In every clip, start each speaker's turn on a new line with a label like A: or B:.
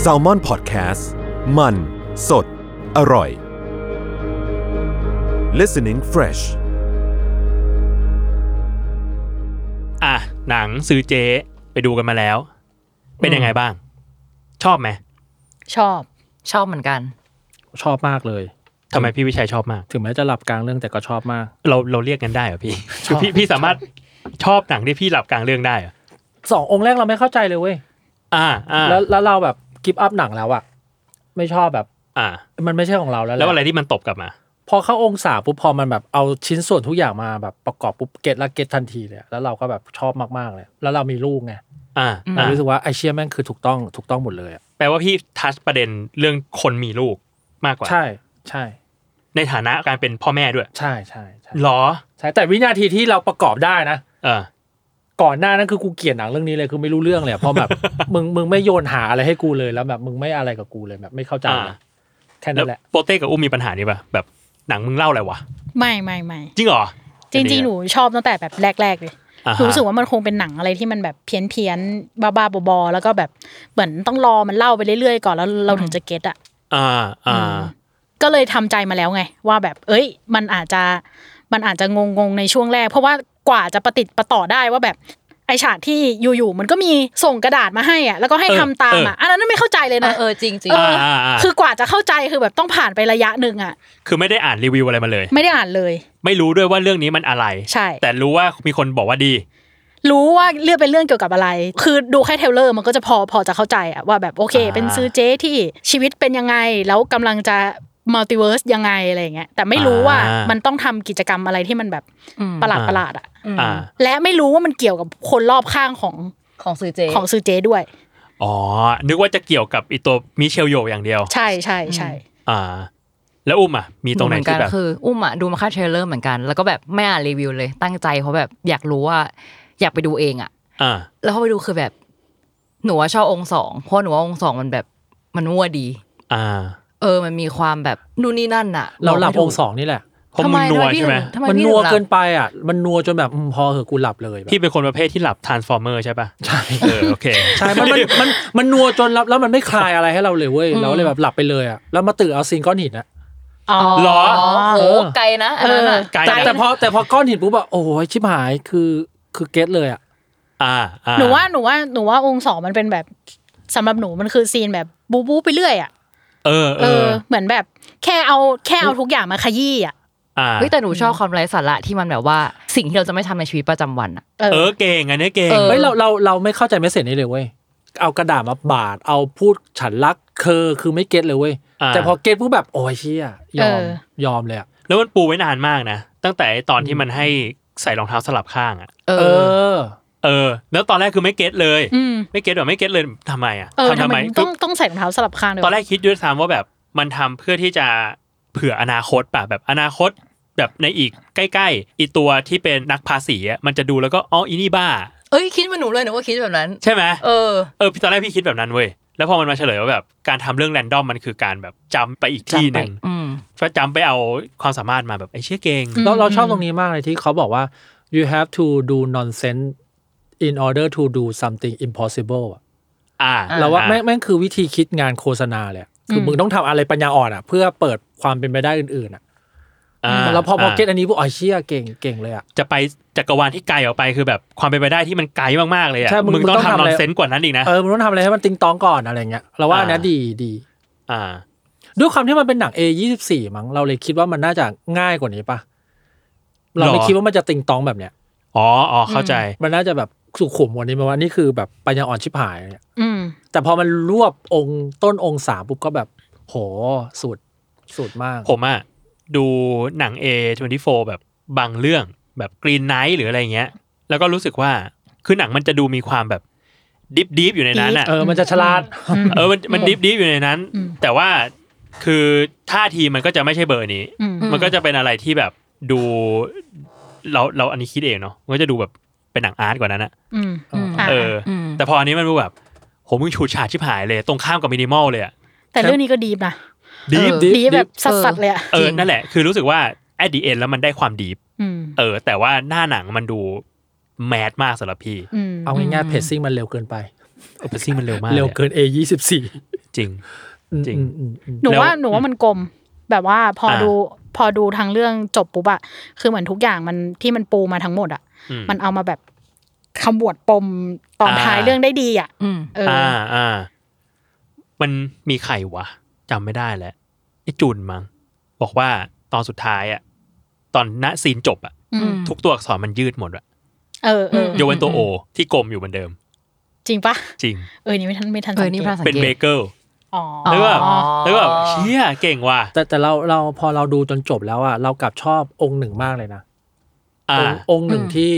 A: แซลมอนพอดแคสต์มันสดอร่อย listening fresh
B: อ่ะหนังซื้อเจ๊ไปดูกันมาแล้ว เป็นยังไงบ้าง ชอบไหม
C: ชอบชอบเหมือนกัน
D: ชอบมากเลย
B: ทำไมพี่วิชัยชอบมาก
D: ถึงแม้จะหลับกลางเรื่องแต่ก็ชอบมาก
B: เราเราเรียกกันได้เหรอพี่คือพี่พี่สามารถชอบหนังที่พี่หลับกลางเรื่องได้เหรอ
D: สององค์แรกเราไม่เข้าใจเลยเว้ย
B: อ่าอ่า
D: แล้วแล้วเราแบบกิฟต์อัพหนังแล้วอะไม่ชอบแบบ
B: อ่า
D: มันไม่ใช่ของเราแล้วห
B: แล้วอะไรที่มันตบกลับมา
D: พอเข้าองศาปุ๊บพอมันแบบเอาชิ้นส่วนทุกอย่างมาแบบประกอบปุ๊บเก็ตละเก็ตทันทีเลยอะแล้วเราก็แบบชอบมากๆเลย แล้วเรามีลูกไง
B: อ่า
D: เรา
B: อ่า
D: รู้สึกว่าไอเชียแม่งคือถูกต้องถูกต้องหมดเลยอะ
B: แปลว่าพี่ทัชประเด็นเรื่องคนมีลูกมากกว่า
D: ใช่ใช่
B: ในฐานะการเป็นพ่อแม่ด้วย
D: ใช่ใช่ใช่
B: หรอ
D: ใช่แต่วินาทีที่เราประกอบได้นะ
B: เออ
D: ก่อนหน้านั้นคือกูเกลียดหนังเรื่องนี้เลยคือไม่รู้เรื่องเลยอะเพราะแบบ มึงมึงไม่โยนหาอะไรให้กูเลยแล้วแบบมึงไม่อะไรกับกูเลยแบบไม่เข้าใจเลย
B: อ่า
D: แค่
B: แล้
D: นั้
B: วน
D: แหละ
B: โปเต้กับอุ้มมีปัญหานี้ป่ะแบบหนังมึงเล่าอะไรวะ
E: ไม่ไม่ไม่
B: จริงเหรอ
E: จริงๆ หนูชอบตั้งแต่แบบแรกๆเลย
B: อ่า
E: ห
B: ฮะ
E: นูรู้สึกว่ามันคงเป็นหนังอะไรที่มันแบบเพี้ยนเพี้ยนบ้าบ้าๆบอๆแล้วก็แบบเหมือนต้องรอมันเล่าไปเรื่อยๆก่อนแล้วเราถึงจะเก็ตอ่ะ
B: อ่าอ่า
E: ก็เลยทำใจมาแล้วไง ว่าแบบเอ้ย มันอาจจะมันอาจจะงงๆในช่วงแรก เพราะว่ากว่าจะประติดประต่อได้ว่าแบบไอฉากที่อยู่ๆมันก็มีส่งกระดาษมาให้อ่ะแล้วก็ให้ทำตามอ่ะอันนั้นไม่เข้าใจเลย
C: เอ
E: นะ
C: อเออจริงจริง
B: อ่าอ่าอ่า
E: คือกว่าจะเข้าใจคือแบบต้องผ่านไประยะหนึ่งอ่ะ
B: คือไม่ได้อ่านรีวิวอะไรมาเลย
E: ไม่ได้อ่านเลย
B: ไม่รู้ด้วยว่าเรื่องนี้มันอะไร
E: ใช่
B: แต่รู้ว่ามีคนบอกว่าดี
E: รู้ว่าเลือกเป็นเรื่องเกี่ยวกับอะไร คือดูแค่เทรลเลอร์มันก็จะพอพอจะเข้าใจอะว่าแบบโอเค
B: อ่า
E: เป็นซื้อเจ๊ที่ชีวิตเป็นยังไง แล้วกำลังจะมัลติเวิร์สยังไงอะไรอย่างเงี้ยแต่ไม่รู้ว่า
B: อ่ามั
E: มันต้องทำกิจกรรมอะไรที่มันแบบประหลาดประหลาดๆอะ
B: อ่า
E: และไม่รู้ว่ามันเกี่ยวกับคนรอบข้างของ
C: ของซื้อเจ
E: ของซื้อเจ๊ด้วย
B: อ๋อ นึกว่าจะเกี่ยวกับไอีตัวมิเชลโยอย่างเดียว
E: ใช่ใช่ใช่
B: อ่า แล้วอุ้มอ่ะ มีตรงไหน
C: เมือนกั
B: ที่
C: น
B: แบบ
C: คืออุ้มอ่ะดูมาแค่เทรลเลอร์เหมือนกัน แล้วก็แบบไม่อ่านรีวิวเลยตั้งใจเพราะแบบอยากรู้ว่า อยากไปดูเองอ่ะ
B: อ่า
C: แล้วพอไปดูคือแบบ หนูว่าชอบองค์สองเพราะหนูว่าองค์สองมันแบบมันมั่วดี
B: อ่า
C: เออมันมีความแบบนู่นนี่นั่นอ่ะ
D: เราหลั
C: ก
D: บ
C: ไม่ถูก
D: องค์สองนี่แหละ
B: เพราะ
C: ทำ
B: มั
C: ไม
B: นนัว
C: ทำพี่
B: ใช่ไหม
C: ถึงทำไม
D: มัน
C: พี่
D: นัว
C: ถึงหลับ
D: เกินไปอ่ะ มันนัวจนแบบอืมพอเหอะกูหลับเลยแบบ
B: พี่เป็นคนประเภทที่หลับทานฟอร์เมอร์ใช่ป่ะ ใช่ เออ โอเค
D: ใช่มันมันมันมันนัวจนแล้วแล้วมันไม่คลายอะไรให้เราเลยเว้ยเราเลยแบบหลับไปเลยอ่ะแล้วมาตื่นเอาซีนก้อนหินอ่ะ
C: อ๋อ
B: หรอ
C: โอ้ไกลนะอันนั้นอะ
B: ไกล
D: แต่แต่
B: นะ
D: พอแต่พอก้อนหินปุ๊บอะโอ้ยชิบหายคือคือเก็ตเลยอ่ะ
B: อ่าอ่
E: หนูว่าหนูว่าหนูว่าองค์สองมันเป็นแบบสำหรับหนูมันคือซีนแบบบูบูไปเรื่อยอะ
B: เออ
E: เอ
B: เอ
E: อ
B: อ
E: เหมือนแบบแค่เอาแค่เอาทุกอย่างมาขยี้อะ
B: อ่า
C: เฮ้ยแต่หนูชอบความไร้สาระที่มันแบบว่าสิ่งที่เราจะไม่ทำในชีวิตประจำวันอะ
E: เอ
B: เออ
E: อ
B: เก่ง อันนี้เก่ง
C: เออ
D: เฮ้ยเราเราเราไม่เข้าใจเมสเซจนี้เลยเว้ยเอากระดาษมาบาดเอาพูดฉันรักเธอคือไม่เก็ตเลยเว้ย
B: อ่า
D: แต่พอเก็ตปุ๊บแบบโอ้ยเชี่ยยอม
E: เออ
D: ยอมเลยอ่ะ
B: แล้วมันปูไว้นานมากนะ ตั้งแต่ไอ้ตอนที่มันให้ใส่รองเท้าสลับข้างอ่ะ
C: เอ
D: เอ
C: อ
D: อ
B: เออ แล้วตอนแรกคือไม่เก็ตเลย
E: อืม
B: ไม่เก็ตหรอไม่เก็ตเลยทำไมอ่ะ
E: เออ
B: ทำ
E: ทำ
B: ทำ
E: ไม
B: ไม
E: ต้องต้องใส่รองเท้าสลับข้างด้วย
B: ตอนแรกคิดด้วยซ้ำว่าแบบมันทำเพื่อที่จะเผื่ออนาคตป่ะแบบอนาคต แบบในอีกใกล้ๆอีตัวที่เป็นนักภาษีอะมันจะดูแล้วก็อ๋ออีนี่บ้า
C: เอ้ยคิดเหมาหนูเลยหนูก็คิดแบบนั้น
B: ใช่ไหม
C: เออ
B: เออพี่ตอนแรกพี่คิดแบบนั้นเว้ยแล้วพอมันมาเฉลยว่าแบบการทำเรื่องแรนดอมมันคือการแบบจำไปอีกที่หนึ่ง
C: อืม
B: ก็จำไปเอาความสามารถมาแบบไอ้เชี่ยเก่ง
D: เราเราชอบตรงนี้มากเลยที่เขาบอกว่า you have to do nonsense in order to do something impossible อะ
B: อ่า
D: เราว่า
B: อ่
D: แม่งแม่งคือวิธีคิดงานโฆษณาเลยอะคือมึงต้องทำอะไรปัญญาอ่อนอ่ะ เพื่อเปิดความเป็นไปได้อื่นๆอ่ะ
B: อ่า
D: แล้วพอพอเก็ตอันนี้พวกไอ้เชี่ยเก่งเก่งเลยอ่ะ
B: จะไปจักรวาลที่ไกลออกไปคือแบบความเป็นไปได้ที่มันไกลมากๆเลยอ่ะ
D: ใช่มึง
B: มึงต้อง
D: มึงต้อง
B: ทำ
D: ทำ
B: นอ
D: อะไร
B: นเซนส์กว่านั้นอีกนะ
D: เออมึงต้องทำอะไรให้มันติงตองก่อนอะไรเงี้ยเราว่าอันเนี้ย
B: อ่า
D: ดีดี
B: อ่า
D: ด้วยความที่มันเป็นหนัง A 2 4มั้งเราเลยคิดว่ามันน่าจะง่ายกว่านี้ปะเราไม่
B: หรอ
D: คิดว่ามันจะติงตองแบบเนี้ย
B: อ๋ออ๋อเข้าใจ
D: มันน่าจะแบบสุขุมกว่านี้ไหมว่านี่คือแบบปัญญาอ่อนชิบหายเนี่ย
E: อืม
D: แต่พอมันรวบองค์ต้นองค์สามปุ๊บก็แบบ โหสุดสุดมาก
B: ผมอะดูหนัง A24 แบบบางเรื่องแบบ Green Knight หรืออะไรเงี้ย แล้วก็รู้สึกว่าคือหนังมันจะดูมีความแบบ ดิฟดิฟอยู่ในนั้นอ่ะ
D: เออมันจะฉลาด
B: เออมันมันดิฟดิฟอยู่ในนั้น
E: อืม
B: แต่ว่าคือท่าทีมันก็จะไม่ใช่เบอร์นี้
E: อืม
B: มันก็จะเป็นอะไรที่แบบดูเราเราอันนี้คิดเองเนาะมันก็จะดูแบบเป็นหนังอาร์ตกว่านั้นอะ
E: อืมะ
B: เอออ
C: ม
B: แต่พออันนี้มันดูแบบโหมึงฉูดฉาดชิบหายเลย ตรงข้ามกับมินิมอลเลยอะ
E: แต่เรื่องนี้ก็ดีฟนะ
B: ดีฟ
C: เออ
E: ดีฟแบบสัสๆเลยอ่ะ
B: เอ
C: จริ
B: อง นั่นแหละ คือรู้สึกว่าแอดดีเอ็นแล้วมันได้ความดีฟ
E: อืม
B: เออ แต่ว่าหน้าหนังมันดูแมสมากสำหรับพี่
E: อืม
D: เอาง่ายๆเพจซิ่งมันเร็วเกินไป
B: เออซิ่งมันเร็วมากลย
D: เร็ว
B: อะ
D: เกิน A ยี่สิบสี่
B: จริง จริง
E: หนูว่า
B: แล้ว
E: หนูว่ามันกลมแบบว่าพออา ดูพอดูทางเรื่องจบปุ๊บอะคือเหมือนทุกอย่างมันที่มันปูมาทั้งหมดอะ
B: อืม
E: มันเอามาแบบขมวดปมตอน
B: อ่า
E: ท้ายเรื่องได้ดีอะ
C: อืม
E: เอออ
B: อ่าอ่ามันมีใครวะจำไม่ได้แล้วไอจุนมั้งบอกว่าตอนสุดท้ายอะตอนณซีนจบอะ
E: อืม
B: ทุกตัวอักษรมันยืดหมดอะ
E: เออเออ
C: ม
B: ยกเว้นตัวโอ ที่กลมอยู่เหมือนเดิม
E: จริงปะ
B: จริง
E: เออนี่ไม่ทันไม่ทัน
C: เอ
E: สั
C: อง
E: เก
C: นี่
E: ต
C: พระสัง
B: เป็น
C: เก
B: เบ
C: ต
B: เกิล
E: อ๋อ
C: หรื
B: แล้วแบ
C: อเปล่า
B: บแล้วแบบเชี่ยเก่งว่ะ
D: แต่แต่เราเราพอเราดูจนจบแล้วอ่ะเรากลับชอบองค์หนึ่งมากเลยนะ
B: อ่า
D: องค์องค์หนึ่ง
C: อืม
D: ที่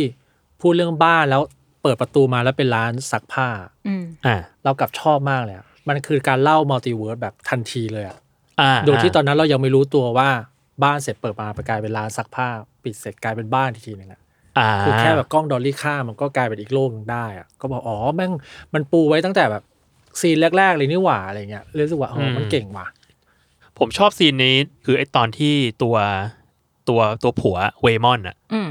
D: พูดเรื่องบ้านแล้วเปิดประตูมาแล้วเป็นร้านซักผ้า
E: อืม
B: อ่า
D: เรากลับชอบมากเลยอะมันคือการเล่ามัลติเวิร์สแบบทันทีเลยอ่ะ
B: อ่า
D: โดยที่ตอนนั้นเรายังไม่รู้ตัวว่าบ้านเสร็จเปิดมาไปกลายเป็นร้านซักผ้า ปิดเสร็จกลายเป็นบ้านอีกทีหนึงอ่ะ
B: อ่า
D: คือแค่แบบกล้องดอลลี่ข้ามมันก็กลายเป็นอีกโลกหนึงได้อ่ะก็บอกอ๋อแม่งมันปูไว้ตั้งแต่แบบซีนแรกๆเลยนี่หว่าอะไรเงี้ยรู้สึกว่าเออมันเก่งว่ะ
B: ผมชอบซีนนี้ คือไอตอนที่ตัวตัวตัวผัวเวมอนอะ
C: อืม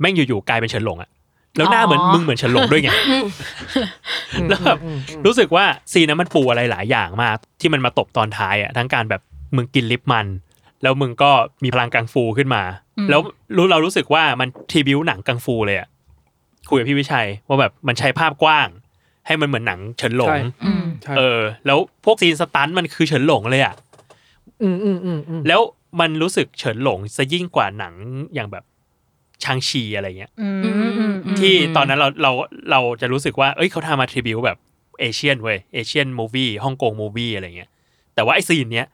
B: แม่งอยู่ๆกลายเป็นเฉินหลงอะแล้วหน้าเหมือน
C: อ๋อ
B: มึงเหมือนเฉินหลงด้วยไง แล้วแบบ
C: อืมอืม
B: รู้สึกว่าซีนนั้นมันปูอะไรหลายอย่างมาก ที่มันมาตบตอนท้ายอ่ะทั้งการแบบมึงกินลิปมัน แล้วมึงก็มีพลังกังฟูขึ้นมา แล้วรู้เรารู้สึกว่ามันทริบิวหนังกังฟูเลยอ่ะคุยกับพี่วิชัยว่าแบบมันใช้ภาพกว้าง ให้มันเหมือนหนังเฉินหลง
D: ใช่
C: อืม
D: ใช่
B: เออ แล้วพวกซีนสตันท์มันคือเฉินหลงเลยอ่ะ
D: อืมอืมอืมอืม
B: แล้วมันรู้สึกเฉินหลงซะยิ่งกว่าหนังอย่างแบบชางชีอะไรเงี้ย
E: อืมอืมอืมอืม
B: ที่ตอนนั้นเราเราเราจะรู้สึกว่าเอ้ยเขาทำมาทริบิวแบบเอเชียนเว้ยเอเชียนมูวี่ฮ่องกงมูวี่อะไรเงี้ยแต่ว่าไอซีนเนี้ย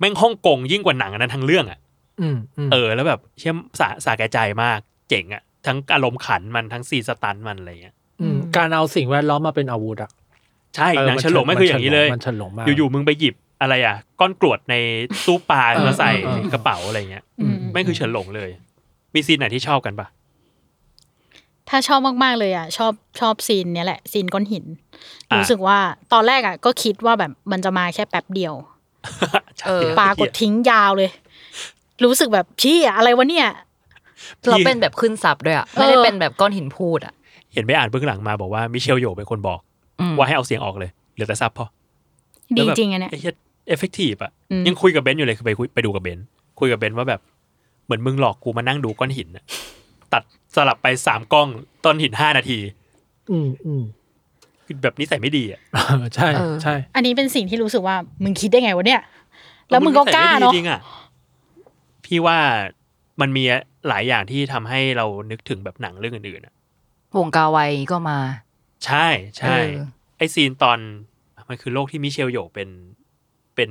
B: แม่งฮ่องกงยิ่งกว่าหนังอันนั้นทั้งเรื่องอ่ะ
D: อืมอืม
B: เออแล้วแบบเชื่อมสาสาแก่ใจมากเจ๋งอ่ะทั้งอารมณ์ขันมันทั้งซีนสตันท์มันอะไรเงี้ย
D: มการเอาสิ่งแวดล้อมมาเป็นอาวุธอ่ะ
B: ใช่
D: เออ
B: หนังเฉินหลงไม่คืออย่างนี้เลย
D: มันฉลงมาก
B: อยู่ๆมึงไปหยิบอะไรอ่ะ ก้อนกรวดในตู้ปลา
D: เออ
B: มาใส่
D: เออเออ
B: กระเป๋าอะไรเงี้ย
E: อืม
B: ไม่งคือเฉินหลงเลย มีซีนไหนที่ชอบกันปะ
E: ถ้าชอบมากๆเลยอ่ะ ชอบชอบซีนเนี้ยแหละซีนก้อนหิน
B: อ่ะ
E: รู้สึกว่าตอนแรกอ่ะก็คิดว่าแบบมันจะมาแค่แป๊บเดียว
B: ใช่
C: เออ
E: ปรากฏทิ้งยาวเลย รู้สึกแบบชี้ยอะไรวะเนี่ย
C: เราเป็นแบบขึ้นซับด้วยอ่ะ ไม่ได้เป็นแบบก้อนหินพูดอ่ะ
B: เห็นไปอ่านเบื้องหลังมาบอกว่ามิเชลโยเป็นคนบอก
C: อืม
B: ว่าให้เอาเสียงออกเลย เหลือแต่ซับพอ
E: ดี
B: แล้วแบบ
E: จริงอันเนี้ย
B: ไอ้เหี้ยเอฟเฟกตีฟอะ
E: อืม
B: ยังคุยกับเบนซ์อยู่เลยคือไปคุยไปดูกับเบนซ์คุยกับเบนซ์ว่าแบบ เหมือนมึงหลอกกูมานั่งดูก้อนหินน่ะตัดสลับไปสามกล้องต้นหินห้านาที
D: อืมอืม
B: คือแบบนี้ใส่ไม่ดีอะ
D: เออใช่
C: เออ
D: ใช่
E: อันนี้เป็นสิ่งที่รู้สึกว่ามึงคิดได้ไงวะเนี่ย แล้วมึงก็กล้าเนาะ
B: จริงๆอ่ะพี่ว่ามันมีหลายอย่างที่ทำให้เรานึกถึงแบบหนังเรื่องอื่นๆอะ
C: วงกาไวก็มา
B: ใช่ใช่
C: เออ
B: ไอซีนตอนมันคือโลกที่มิเชลโยเป็นเป็น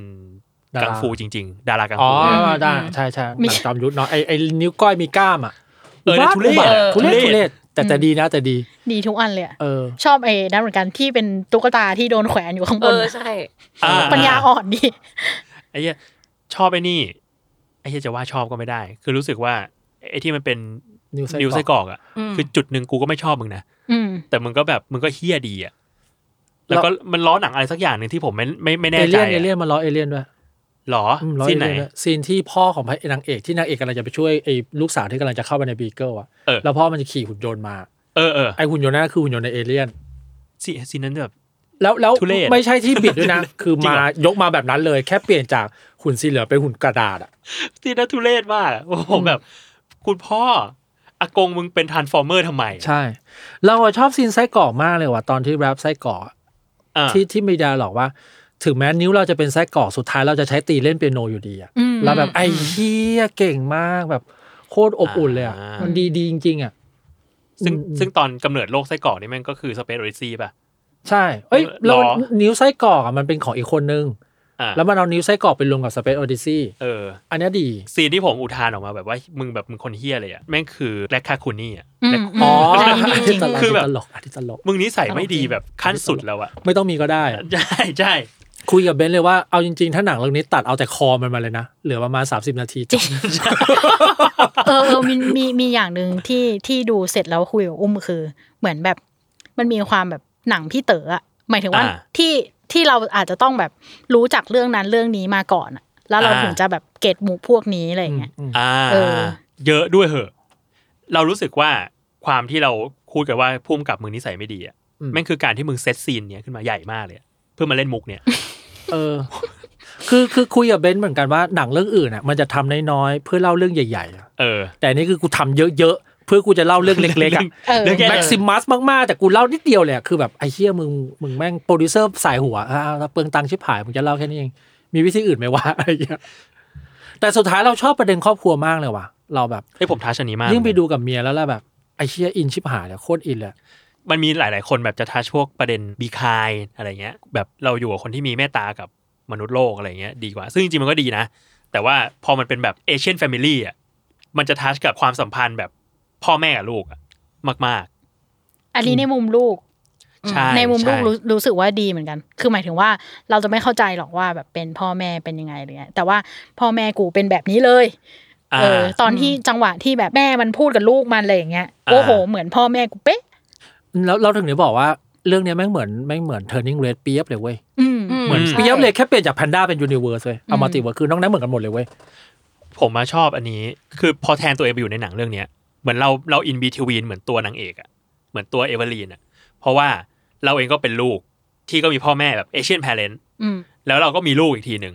B: กังฟูจริง ๆ ดารากัง
D: อ๋อ
B: ฟูเนี่ย
D: ได้ใช่ใช่หนังจอมยุทธเนาะไอไอนิ้วก้อยมีกล้ามอ่ะ
B: เออ
D: บ้า
B: ทุเรศ
D: บ้า
B: เออ
D: ทุเรศ
B: ทุ
D: ทุ
B: เร
D: เร
B: ศ
D: ศแต่แต่ดีนะแต่ดี
E: ดีทุกอันเลยอะ
D: เออ
E: ชอบเอนั่นเหมือนกันที่เป็นตุ๊กตาที่โดนแขวนอยู่ข้างบน
B: อ่
E: ปัญญาอ่อนดี
B: ไอ้เหี้ยชอบไอ้นี่ไอ้เหี้ยจะว่าชอบก็ไม่ได้ คือรู้สึกว่าไอ้ที่มันเป็น
D: นิ้วไส้
B: นิวไส้
D: กรอ
B: กรอ
D: ก
B: กอ่ะ
C: อืม
B: คือจุดหนึ่งกูก็ไม่ชอบมึงนะ
E: อืม
B: แต่มึงก็แบบมึงก็เฮี้ยดีอ่ะแล้วก็มันล้อหนังอะไรสักอย่างหนึ่งที่ผมไม่ไม่ไม่แน่
D: เอ
B: ใจ
D: เลี่ยนเอ
B: อะ
D: เลี่ยนมาล้อเอเลี่ยนด้วย
B: หรอ
D: อืมล้อ
B: ซี
D: เอน
B: ไหน
D: เลี่ยนด้วยซีนที่พ่อของพระนางเอกที่นางเอกกำลังจะไปช่วยไอ้ลูกสาวที่กำลังจะเข้าไปในบีเกิลอ่ะ
B: เออ
D: แล้วพ่อมันจะขี่หุ่นยนต์มา
B: เออเออ
D: ไอหุ่นยนต์นั่นคือหุ่นยนต์ในเอเลี่ยน
B: ซีนซีนนั้นแบบ
D: แล้วแล้ว
B: ทุเรศ
D: ไม่ใช่ที่บิดด้วย นะ คือ
B: จริง
D: มา
B: เหรอ
D: ยกมาแบบนั้นเลยแค่เปลี่ยนจากหุ่นสีเหลืองเป็นหุ่นกระดาษอ่ะ
B: ซีนนั้นทุเรศมากอะโอ้โหแบบ คุณพ่ออากงมึงเป็นทรานส์ฟอร์เมอร์ทำไม
D: ใช่ เราอะชอบซีนไส้กรอกมากเลยว่ะตอนที่แรปไส้กรอกอะ
B: อ่ะ
D: ที่ที่มีดาหรอกว่า ถึงแม้นิ้วเราจะเป็นไส้กรอกสุดท้ายเราจะใช้ตีเล่นเปียโนอยู่ดีอ่ะ
E: อืม
D: แล้วแบบไอ้เฮียเก่งมากแบบโคตรอบอุ่นเลยอ่ะมันดีดีจริง ๆ อ่ะ
B: ซึ่ง
D: อืม
B: ซึ่งตอนกำเนิดโลกไส้กรอกนี่แม่งก็คือสเปซโอริซีป่ะ
D: ใช่ เอ้ยแล้ว
B: หรอ
D: นิ้วไส้กรอกอะมันเป็นของอีกคนนึง
B: อ่ะ
D: แล้วมันเอานิ้วไส้กรอกไปรวมกับสเปซโอดิซี่
B: เออ
D: อันเนี้ยดี
B: ซีนที่ผมอุทานออกมาแบบว่ามึงแบบมึงคนเฮี้ยเลยอ่ะแม่งคือแรคคาคูนี่อ่ะ
E: อืม
B: แร็ค
E: ม
D: อ๋อ
C: ใช่
D: อัน
C: จริงๆ
D: นี้ตลก
B: คือแบบ
D: ตลกอันนี้ตลก
B: มึงนิสัยไม่ดีแบบขั้นสุดแล้วอ่ะ
D: ไม่ต้องมีก็ได้
B: ใช่ ใช่
D: คุยกับเบนซ์เลยว่าเอาจริงๆ ถ้าหนังเรื่องนี้ตัดเอาแต่คอมันมาเลยนะ เหลือประมาณ 30 นาทีจบ
E: เออเออมีมีมีอย่างหนึ่งที่ที่ดูเสร็จแล้วคุยกับอุ้มคือ เหมือนแบบมันมีความแบบหนังพี่เต๋ออะหมายถึงว่าที่ที่เราอาจจะต้องแบบรู้จักเรื่องนั้นเรื่องนี้มาก่อนอะแล้วเราถึงจะแบบเก็ตหมู่พวกนี้อะไรอย่างเงี้ย
D: อืม
B: อ่า
E: เออ
B: เยอะด้วยเหอะ เรารู้สึกว่าความที่เราพูดกันว่าพุ่มกับมึงนิสัยไม่ดีอ่ะแม่งคือการที่มึงเซตซีนเนี้ยขึ้นมาใหญ่มากเลยอะเพื่อมาเล่นมุกเนี่ย
D: เออ คือคือคุยกับเบนซ์เหมือนกันว่าหนังเรื่องอื่นอ่ะมันจะทำน้อยๆเพื่อเล่าเรื่องใหญ่ๆอะ
B: เออ
D: แต่อันนี่คือกูทำเยอะๆ เพื่อกูจะเล่าเรื่องเล็กๆอ่ะ
E: เออ
B: เรื่องแค่
D: แม็กซิมัสมากๆ แต่กูเล่านิดเดียวเลยอะคือแบบไอ้เชี่ยมึงมึงแม่งโปรดิวเซอร์สายหัวอ้าวแล้วเปลืองตังค์ชิบหายมึงจะเล่าแค่นี้เองมีวิธีอื่นไหมวะ อะไรอย่างเงี้ยแต่สุดท้ายเราชอบประเด็นครอบครัวมากเลยว่ะเราแบบ
B: ให้ยผมทัชอันนี้มาก
D: ยิ่งไปดูกับเมียแล้วล่ะแบบไอเชียอินชิบหายเลยโคตรอินเลย
B: มันมีหลาย ๆ คนแบบจะทัชพวกประเด็นบีคายอะไรเงี้ย แบบเราอยู่กับคนที่มีเมตตากับมนุษย์โลกอะไรเงี้ยดีกว่า ซึ่งจริงๆมันก็ดีนะ แต่ว่าพอมันเป็นแบบเอเชียนแฟมิลี่อ่ะมันจะทัชกับความสัมพันธ์แบบพ่อแม่กับลูกอะมาก
E: อันนี้ในมุมลูก
B: ๆ ใช่
E: ในมุมลูก
B: ช่
E: รู้รู้สึกว่าดีเหมือนกัน คือหมายถึงว่าเราจะไม่เข้าใจหรอกว่าแบบเป็นพ่อแม่เป็นยังไงอะไรเงี้ยแต่ว่าพ่อแม่กูเป็นแบบนี้เลย เออ ตอนที่จังหวะที่แบบแม่มันพูดกับลูกมันอะไรอย่างเงี้ย
B: อ่า
E: โอ้โห เหมือนพ่อแม่กูเป๊ะ
D: แล้วเราถึงได้บอกว่าเรื่องเนี้ยแม่งเหมือนแม่งเหมือน turning red เปียบเลยเว้ย
E: อืม
C: อืม
B: เหมือน
C: ใช่
D: เปียบเลยแค่เปลี่ยนจากแพนด้าเป็นยูนิเวอร์สเว้ยเอามาติเวอร์คือนอกนั้นเหมือนกันหมดเลยเว้ย
B: ผมมาชอบอันนี้ คือพอแทนตัวเองไปอยู่ในหนังเรื่องเนี้ยเหมือนเราเราอินบีทวีนเหมือนตัวนางเอกอะเหมือนตัวเอเวอรีนอะเพราะว่าเราเองก็เป็นลูกที่ก็มีพ่อแม่แบบเอเชียนพาเรน
E: อืม
B: แล้วเราก็มีลูกอีกทีหนึ่ง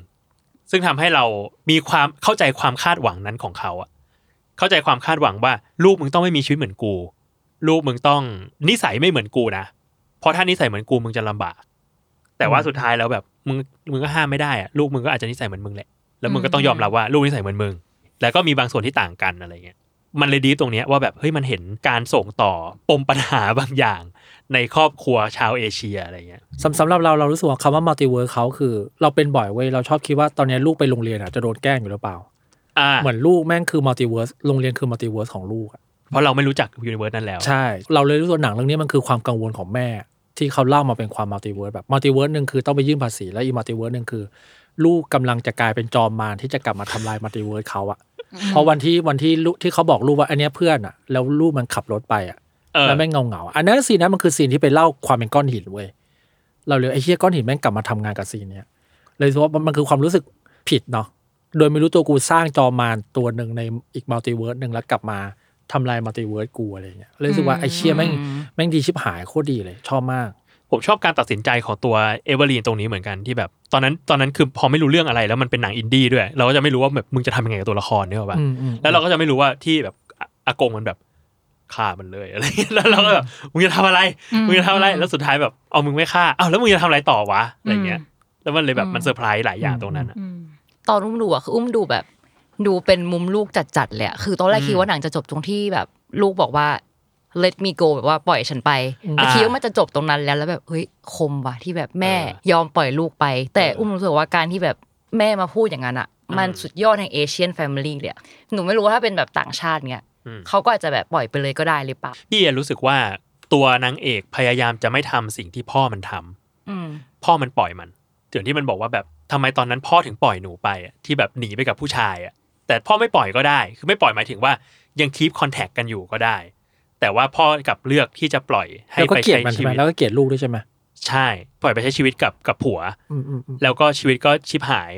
B: ซึ่งทำให้เรามีความเข้าใจความคาดหวังนั้นของเขาอะเข้าใจความคาดหวังว่า ลูกมึงต้องไม่มีชีวิตเหมือนกู ลูกมึงต้องนิสัยไม่เหมือนกูนะเพราะถ้านิสัยเหมือนกูมึงจะลำบาก แต่ว่าสุดท้ายแล้วแบบมึงมึงก็ห้ามไม่ได้อะลูกมึงก็อาจจะนิสัยเหมือนมึงแหละแล้วมึงก็ต้องยอมรับว่าลูกนิสัยเหมือนมึง แล้วก็มีบางส่วนที่ต่างกันอะไรเงี้ยมันเลยดีตรงเนี้ยว่าแบบเฮ้ยมันเห็นการส่งต่อปมปัญหาบางอย่าง ในครอบครัวชาวเอเชียอะไรเงี้ย
D: สำสำหรับเราเรารู้สึกว่าคำว่ามัลติเว r ร์เขาคือ เราเป็นบ่อยเว้ยเราชอบคิดว่าตอนเนี้ยลูกไปโรงเรียนอ่ะจะโดนแกล้งอยู่หรือเปล่า
B: อ่า
D: เหมือนลูกแม่งคือมัลติเว r ร์โรงเรียนคือมัลติเว r ร์ของลูกอะ
B: เพราะเราไม่รู้จักยูนิเวิร์สนั้นแล้ว
D: ใช่ เราเลยรู้สึกว่าหนังเรื่องนี้มันคือความกังวลของแม่ ที่เขาเล่ามาเป็นความมัลติเวิร์แบบมัลติเวิร์หนึ่งคือต้องไปยื่นภาษีและอีมัลติเวิร์หนึ่งคือ ลูกกำลังจะกลายเป็นจอมมารที่จะกลับมาทำลายมัลติเวิร์เขาอะ พอวันที่วันที่ลูกที่เขาบอกลูกว่าอันเนี้ยเพื่อนอะแล้วลูกมันขับรถไปอะ
B: เออ
D: แล้วแม่งเงาเงาๆอันนั้นซีนนั้นมันคือซีนที่ไปเล่าความเป็นก้อนหินเว้ยเราเลยไอ้เหี้ยก้อนหินแม่งกลับมาทำงานกับซีนเนี้ยเลยรู้สึกว่ามันมันคือความรู้สึกผิดเนาะโดยไม่รู้ตัวกูสร้างจอมมารตัวหนึ่งในอีกมัลติเวิร์หนึ่งแล้วกลับมาทำลายมัลติเวิร์กูอะไรเงี้ยเลยรู้สึกว่าไอ้เชี่ยแม่งแม่งดีชิบหายโคตรดีเลย ชอบมาก
B: ผมชอบการตัดสินใจของตัวเอเวอรีนตรงนี้เหมือนกันที่แบบ ตอนนั้นตอนนั้นคือพอไม่รู้เรื่องอะไรแล้วมันเป็นหนังอินดี้ด้วย เราก็จะไม่รู้ว่าแบบมึงจะทำยังไงกับตัวละครเนี่ยหรอกปะ
D: อืมอืม
B: แล้วเราก็จะไม่รู้ว่าที่แบบอะอากงมันแบบฆ่ามันเลยอะไร แล้วเราก็แบบมึงจะทำอะไร
E: อืม
B: มึงจะทำอะไรแล้วสุดท้ายแบบเอามึงไม่ฆ่าเอาแล้วมึงจะทำอะไรต่อวะอะไรเงี้ย
E: อืม
B: แล้วมันเลยแบบมันเซอร์ไพรส์หลายอย่างตรงนั้นอะ
E: อืม
C: ตอนอุ้มดูอะคืออุ้มดูแบบ ดูเป็นมุมลูกจัดๆเลยอะคือตอนแรก
B: อืม
C: คิดว่าหนังจะจบตรงที่แบบ ลูกบอกว่า let me go แบบว่าปล่อยฉันไปแต่
B: อ่า
C: คิดว่ามันจะจบตรงนั้นแล้วแล้วแบบเฮ้ยคมว่ะที่แบบแม่
B: เออย
C: อมปล่อยลูกไป แต่
B: เอออุ้
C: อุ้มรู้สึกว่าการที่แบบแม่มาพูดอย่างนั้นอะมัน
B: อืม
C: สุดยอดแห่งเอเชียนแฟมิลี่เลยอะหนูไม่รู้ว่าถ้าเป็นแบบต่างชาติเนี้ย
B: อืม
C: เขาก็อาจจะแบบปล่อยไปเลยก็ได้หรือเปล่า
B: พี่อะรู้สึกว่าตัวนางเอกพยายามจะไม่ทำสิ่งที่พ่อมันทำ
C: อืม
B: พ่อมันปล่อยมันถึงที่มันบอกว่าแบบทำไมตอนนั้นพ่อถึงปล่อยหนูไปอะที่แบบหนีไปกับผู้ชายอะแต่พ่อไม่ปล่อยก็ได้ คือไม่ปล่อยหมายถึงว่ายังคีปคอนแทคกันอยู่ก็ได้ แต่ว่าพ่อกลับเลือกที่จะปล่อยให้
D: แล้วก็
B: ไป
D: เกลียด
B: ใช้
D: มัน
B: ชี
D: ใช่ไหม
B: วิต
D: แล้วก็เกลียดลูกด้วยใช่ไหม
B: ใช่ ปล่อยไปใช้ชีวิตกับกับผัว
D: อืมอืมอืม
B: แล้วก็ชีวิตก็ชิบหาย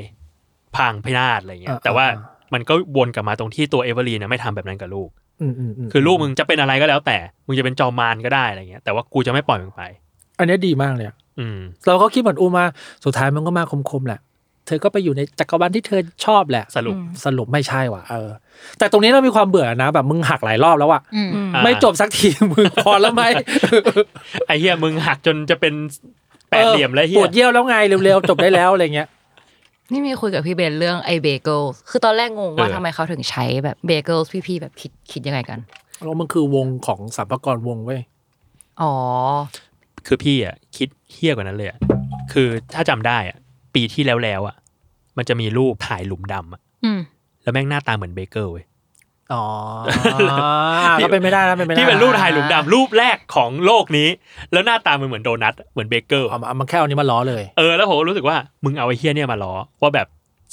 B: พังพินาศอะไรเงี้ย
D: อ่า
B: แต่ว่า
D: อ่า
B: มันก็วนกลับมาตรงที่ตัวเอเวอรีนนะไม่ทำแบบนั้นกับลูก
D: อืมอืมอืม
B: คือลูกมึงจะเป็นอะไรก็แล้ว แต่มึงจะเป็นจอมมารก็ได้อะไรเงี้ยแต่ว่ากูจะไม่ปล่อยมึงไป
D: อันเนี้ยดีมากเลยอะ
B: อืม
D: เราก็คิดเหมือนอูมาสุดท้ายมันก็มาคมๆแหละ เธอก็ไปอยู่ในจักรวาลที่เธอชอบแหละ
B: สรุป
C: อืม
D: สรุปไม่ใช่ว่ะเออ แต่ตรงนี้เรามีความเบื่อนะ แบบมึงหักหลายรอบแล้วอะ
E: อืม
C: อืม
B: อ่า
D: ไม่จบสักที มึงพอแล้วไหม
B: ไอ้เหี้ยมึงหักจนจะเป็น แปดเหลี่ยมแล้ว
D: ป
B: เหี้
D: วย ดเยี่ยวแล้วไงเร็วๆจบได้แล้วอะไรเงี้ย
C: นี่มีคุยกับพี่เบนเรื่องไอเบเกิลคือตอนแรกงงว่า
B: เออ
C: ทำไมเขาถึงใช้แบบเบเกิลพี่ๆแบบคิดคิดยังไงกัน
D: แล้วมันคือวงของสัมภากรวงเว้ย
C: อ๋อ
B: คือพี่อ่ะคิดเฮี้ยกว่านั้นเลยอะคือถ้าจำได้อ่ะ ปีที่แล้วแล้วๆอ่ะ มันจะมีรูปถ่ายหลุมดำอ่ะ
E: อืม
B: แล้วแม่งหน้าตาเหมือนเบเกอร์เว้ย
D: อ๋ อก็เป็นไม่ได้แล้วเป็นไม่ได้
B: ที่เป็นรูปถ่ายหลุมดำรูปแรกของโลกนี้ แล้วหน้าตามันเหมือนโดนัทเหมือนเบเกอร์
D: เอามาเอามันแค่เอานี้มาล้อเลย
B: เออแล้วผมก็รู้สึกว่ามึงเอาไอ้เฮี้ยเนี่ยมาล้อว่าแบบ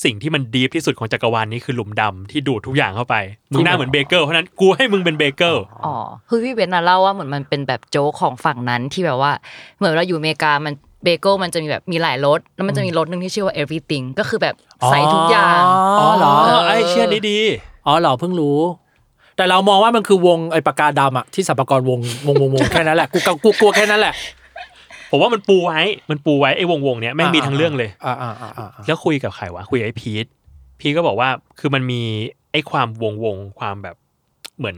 B: สิ่งที่มันดีฟที่สุดของจักรวาลนี้คือหลุมดำที่ดูดทุกอย่างเข้าไป มึงหน้าเหมือนเบเกอร์เพราะฉะนั้นกูให้มึงเป็นเบเกอร์
C: อ๋อคือพี่เบนน่ะเล่าว่าเหมือนมันเป็นแบบโจ๊กของฝั่งนั้นที่แบบว่า เหมือนเราอยู่อเมริกามันเบเกิลมันจะมีแบบมีหลายรสแล้วมันจะมีรสหนึ่งที่ชื่อว่า everything ก็คือแบบใส่ทุกอย่าง
D: อ๋อเหรอ
B: เออไอ้เชี่ยนี้ดี
D: อ๋อเหรอเพิ่งรู้ แต่เรามองว่ามันคือวงไอ้ปากกาดำอะที่สัมปากรวงวงวงวงแค่นั้นแหละกูกังกูกลัวแค่นั้นแหละ
B: ผมว่ามันปูไว้ มันปูไว้ไอ้วงวง ๆเนี้ยแม่งมีทั้งเรื่องเลย
D: อ่าอ่าอ่าอ่า
B: แล้วคุยกับใครวะคุยกับไอ้พีทพีทก็บอกว่าคือมันมีไอ้ความวงวงๆความแบบเหมือน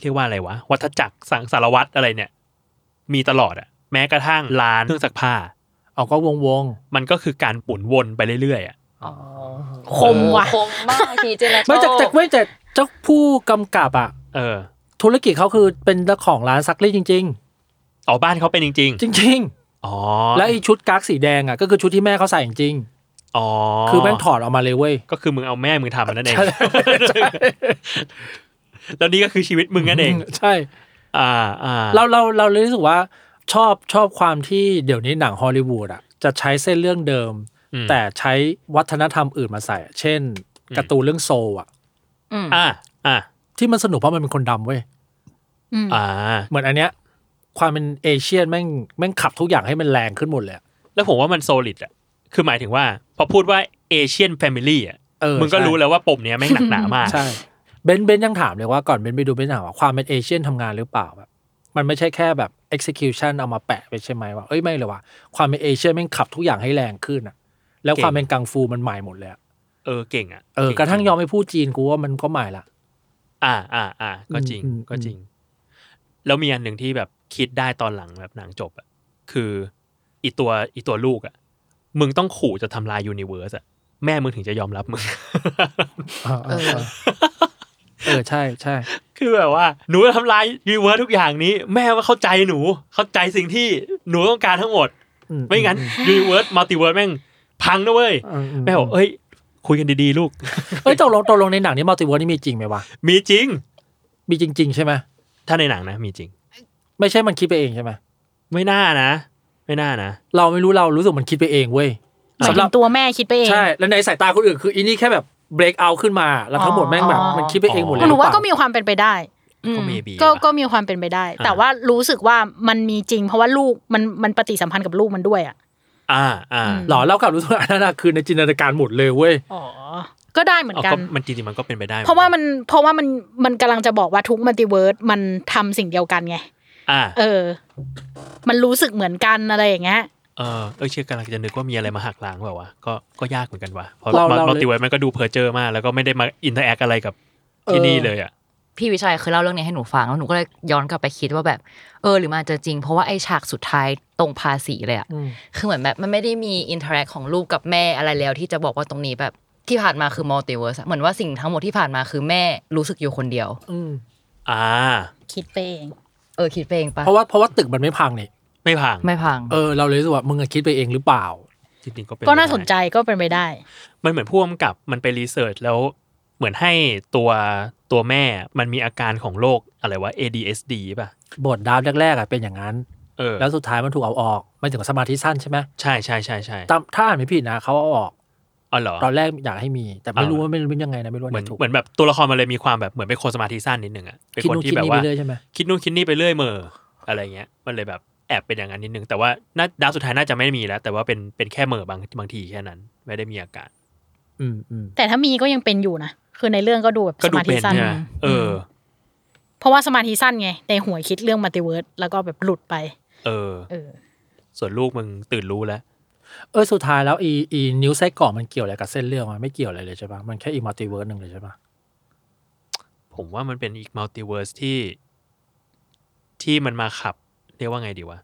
B: เรียกว่าอะไรวะ วัฏจักรสังสารวัตรอะไรเนี่ย มีตลอดอะแม้กระทั่งร้านเครื่องซักผ้า
D: เอาก็วงวง
B: มันก็คือการปุ่นวนไปเรื่อยๆอะ
E: คมว่ะ
C: คมมากทีเจน
D: ไม่แต่แต่ไม่แต่เจ้าผู้กำกับอะ
B: เออ
D: ธุรกิจเขาคือเป็นเจ้าของร้านซักรีดจริง
B: อ๋อบ้านเขาเป็นจริง
D: ๆ จริง
B: ๆ อ๋อ
D: ๆ แล้วไอ้ชุดกากสีแดงอะก็คือชุดที่แม่เขาใส่จริง
B: อ๋อ
D: ๆคือแม่งถอดออกมาเลยเว้ย
B: ก็คือมึงเอาแม่มึงทำมันนั่นเอง
D: ใช่
B: แล้วนี่ก็คือชีวิตมึง นั่นเอง
D: ใช่
B: อ่าอ่า
D: เราเราเราเลยรู้สึกว่าชอบชอบความที่เดี๋ยวนี้หนังฮอลลีวูดอะจะใช้เส้นเรื่องเดิม
B: อืม
D: แต่ใช้วัฒนธรรมอื่นมาใส่ เช่น
B: อืม
D: การ์ตูนเรื่องโซลอะ
B: อ่าอ่า
D: ที่มันสนุกเพราะมันเป็นคนดำเว้ย
E: อืม
B: อ่า
D: เหมือนอันเนี้ยความเป็นเอเชียนแม่งแม่งขับทุกอย่างให้มันแรงขึ้นหมดเลยอะ
B: แล้วผมว่ามันโซลิดอะคือหมายถึงว่า พอพูดว่าเอเชียนแฟมิลี่อะ
D: เออ
B: มึงก็
D: ใช่
B: รู้แล้วว่าปมเนี้ยแม่งหนักหนามาก
D: ใช่เบนซ์เบนซ์ยังถามเลยว่าก่อนเบนซ์ไปดูเบนซ์ถามว่าความเป็นเอเชียนทำงานหรือเปล่าแบบมันไม่ใช่แค่แบบ execution เอามาแปะไปใช่ไหมว่าเอ้ยไม่เลยว่ะความเป็นเอเชียนแม่งขับทุกอย่างให้แรงขึ้นอะแล้ว
B: เก่ง
D: ความเป็นกังฟูมันใหม่หมดเลยอะ
B: เออเก่งอะ
D: เออกระทั่งยอมไปพูดจีนกูว่ามันก็ใหม่ละ
B: อ่าอ่าอ่าก็จริง
D: อืมอืม
B: ก็จริง แล้วมีอันหนึ่งที่แบบคิดได้ตอนหลังแบบหนังจบอะคืออีตัวอีตัวลูกอะมึงต้องขู่จะทำลายยูนิเวอร์สอะแม่มึงถึงจะยอมรับมึง
D: เออเออเออเออใช่ใช่
B: คือแบบว่าหนูจะทำลายยูนิเวอร์สทุกอย่างนี้ แม่ว่าเข้าใจหนู เข้าใจสิ่งที่หนูต้องการทั้งหมด
D: อื
B: ไม่งั้นยูนิเวอร์สมัลติเวิร์สแม่งพังนะเว้ย
D: อือื
B: แม่บอกเอ้ย คุยกันดีๆลูก
D: เอ้ยตกลงตกลงในหนังนี้มัลติเวิร์สนี่มีจริงไหมวะ
B: มีจริง
D: มีจริง ๆ ใช่ไหม
B: ถ้าในหนังนะมีจริง
D: ไม่ใช่มันคิดไปเองใช่ไหม
B: ไม่น่านะ ไม่น่านะ
D: เราไม่รู้เรารู้สึกมันคิดไปเองเว้ย
E: หมาย
D: สำห
E: ถึ
D: รับ
E: งตัวแม่คิดไปเอง
D: ใช่ แล้วในสายตาคนอื่นคืออินนี่แค่แบบเบรกเอาขึ้นมา แล้วทั้งหมดแม่งแบบมันคิดไปเองหมดเลย
E: หนูว่า
D: รือเปล่
E: ก็มีความเป็นไปได้
B: ก็ maybe
E: ก็
B: ว่ะ
E: ก็มีความเป็นไปได้
B: อ่า
E: แต่ว่ารู้สึกว่ามันมีจริง เพราะว่าลูกมันมันปฏิสัมพันธ์กับลูกมันด้วยอ่ะ
B: อ่าอ่า
E: อืม
D: หรอเรากลับรู้สึกว่าอันนั้นน่ะคือในจินตนาการหมดเลยเว้ย
E: อ๋อ ก็ได้เหมือน
B: เอา
E: กั
B: ก็
E: น
B: มันจริงๆมันก็เป็นไปได้
E: เพราะว่ามันเพราะว่ามันมันกำลังจะบอกว่าทุกมัลติเวิร์สมันทำสิ่งเดียวกันไง
B: อ่า
E: เออ มันรู้สึกเหมือนกันอะไรอย่างเงี้ย
B: เออเออเชื่อกำลังจะนึกว่ามีอะไรมาหักล้างแบบว่าวะก็ก็ยากเหมือนกันว่ะเพราะ
D: เราเรา
B: มัลติเวิร์สมันก็ดูเพอร์เจอร์มากแล้วก็ไม่ได้มาอินเตอร์แอคอะไรกับที่
D: เออ
B: นี่เลยอ่ะ
C: พี่วิชัยเคยเล่าเรื่องนี้ให้หนูฟังแล้วหนูก็เลยย้อนกลับไปคิดว่าแบบ เออหรือมันอาจจะจริง เพราะว่าไอฉากสุดท้ายตรงภาษีเลยอะ
D: อืม
C: คือเหมือนแบบมันไม่ได้มีอินเทอร์แอคของลูกกับแม่อะไรแล้ว ที่จะบอกว่าตรงนี้แบบที่ผ่านมาคือมัลติเวิร์สเหมือนว่าสิ่งทั้งหมดที่ผ่านมาคือแม่รู้สึกอยู่คนเดียว
D: อืม
B: อ่า
E: คิดไปเอง
C: เออคิดไปเองปะ
D: เพราะว่าเพราะว่าตึกมันไม่พังนี่
B: ไม่พัง
C: ไม่พัง
D: เออเราเลยรู้สึกว่ามึงอะคิดไปเองหรือเปล่า
B: จริงๆก็เป็น
E: ก็
B: ไป
E: น่า
B: ได้
E: สนใจก็เป็นไปได้
B: มันเหมือนพ่วงกับมันไปรีเสิร์ชแล้วเหมือนให้ตัวตัวแม่มันมีอาการของโรคอะไรวะ ADSD ป่ะ
D: บทดราฟแรกๆอะเป็นอย่างนั้น
B: เออ
D: แล้วสุดท้ายมันถูกเอาออกไม่ถึงสมาธิสั้นใช่ไหม
B: ใช่ใช่ใช่ใช่
D: ตามถ้าอ่านไม่ผิดนะเขาเอาออก
B: อ๋อเหรอ
D: ตอนแรกอยากให้มี แต่ไม่
B: เอารู้
D: รู้ว่าไม่รู้เป็นยังไงนะไม่รู้ว่า
B: เหมือน
D: ถูก
B: เหมือนแบบตัวละครมันเลยมีความแบบเหมือนเป็นคนสมาธิสั้นนิดนึงอะเป็น
D: คิด
B: คน
D: นู่น
B: ที่
D: คิด
B: แบบ
D: นี่ไป
B: ว่า
D: เรื่อยใช่ไหม
B: คิดนู่นคิดนี่ไปเรื่อยเมออะไรเงี้ยมันเลยแบบแอบเป็นอย่างนั้นนิดนึง แต่ว่าน่าดาวสุดท้ายน่าจะไม่มีแล้ว แต่ว่าเป็นเป็นแค่เมอบางบางทีแค่นั้น ไม่ได้มีอาการ
D: อืมอืม
E: แต่ถ้ามีก็ยังเป็นอยู่นะ คือในเรื่องก็ดูแบบ
B: ก็
E: ส
B: ดู
E: มาธิ
B: เป็น
E: สั้น
B: ใช่ไหมเออ
E: เพราะว่าสมาธิสั้นไง ในหัวคิดเรื่องมัลติเวิร์สแล้วก็แบบหลุดไป
B: เออ
E: เออ
B: ส่วนลูกมึงตื่นรู้แล้ว
D: เออสุดท้ายแล้วอีอีนิ้วไส้กรอกมันเกี่ยวอะไรกับเส้นเรื่องมันไม่เกี่ยวอะไรเลยใช่ปะมันแค่อีมัลติเวิร์สหนึ่งเลยใช่ปะ
B: ผมว่ามันเป็นอีกมัลติเวิร์สที่ที่มันมาขับ เรียกว่าไงดีวะ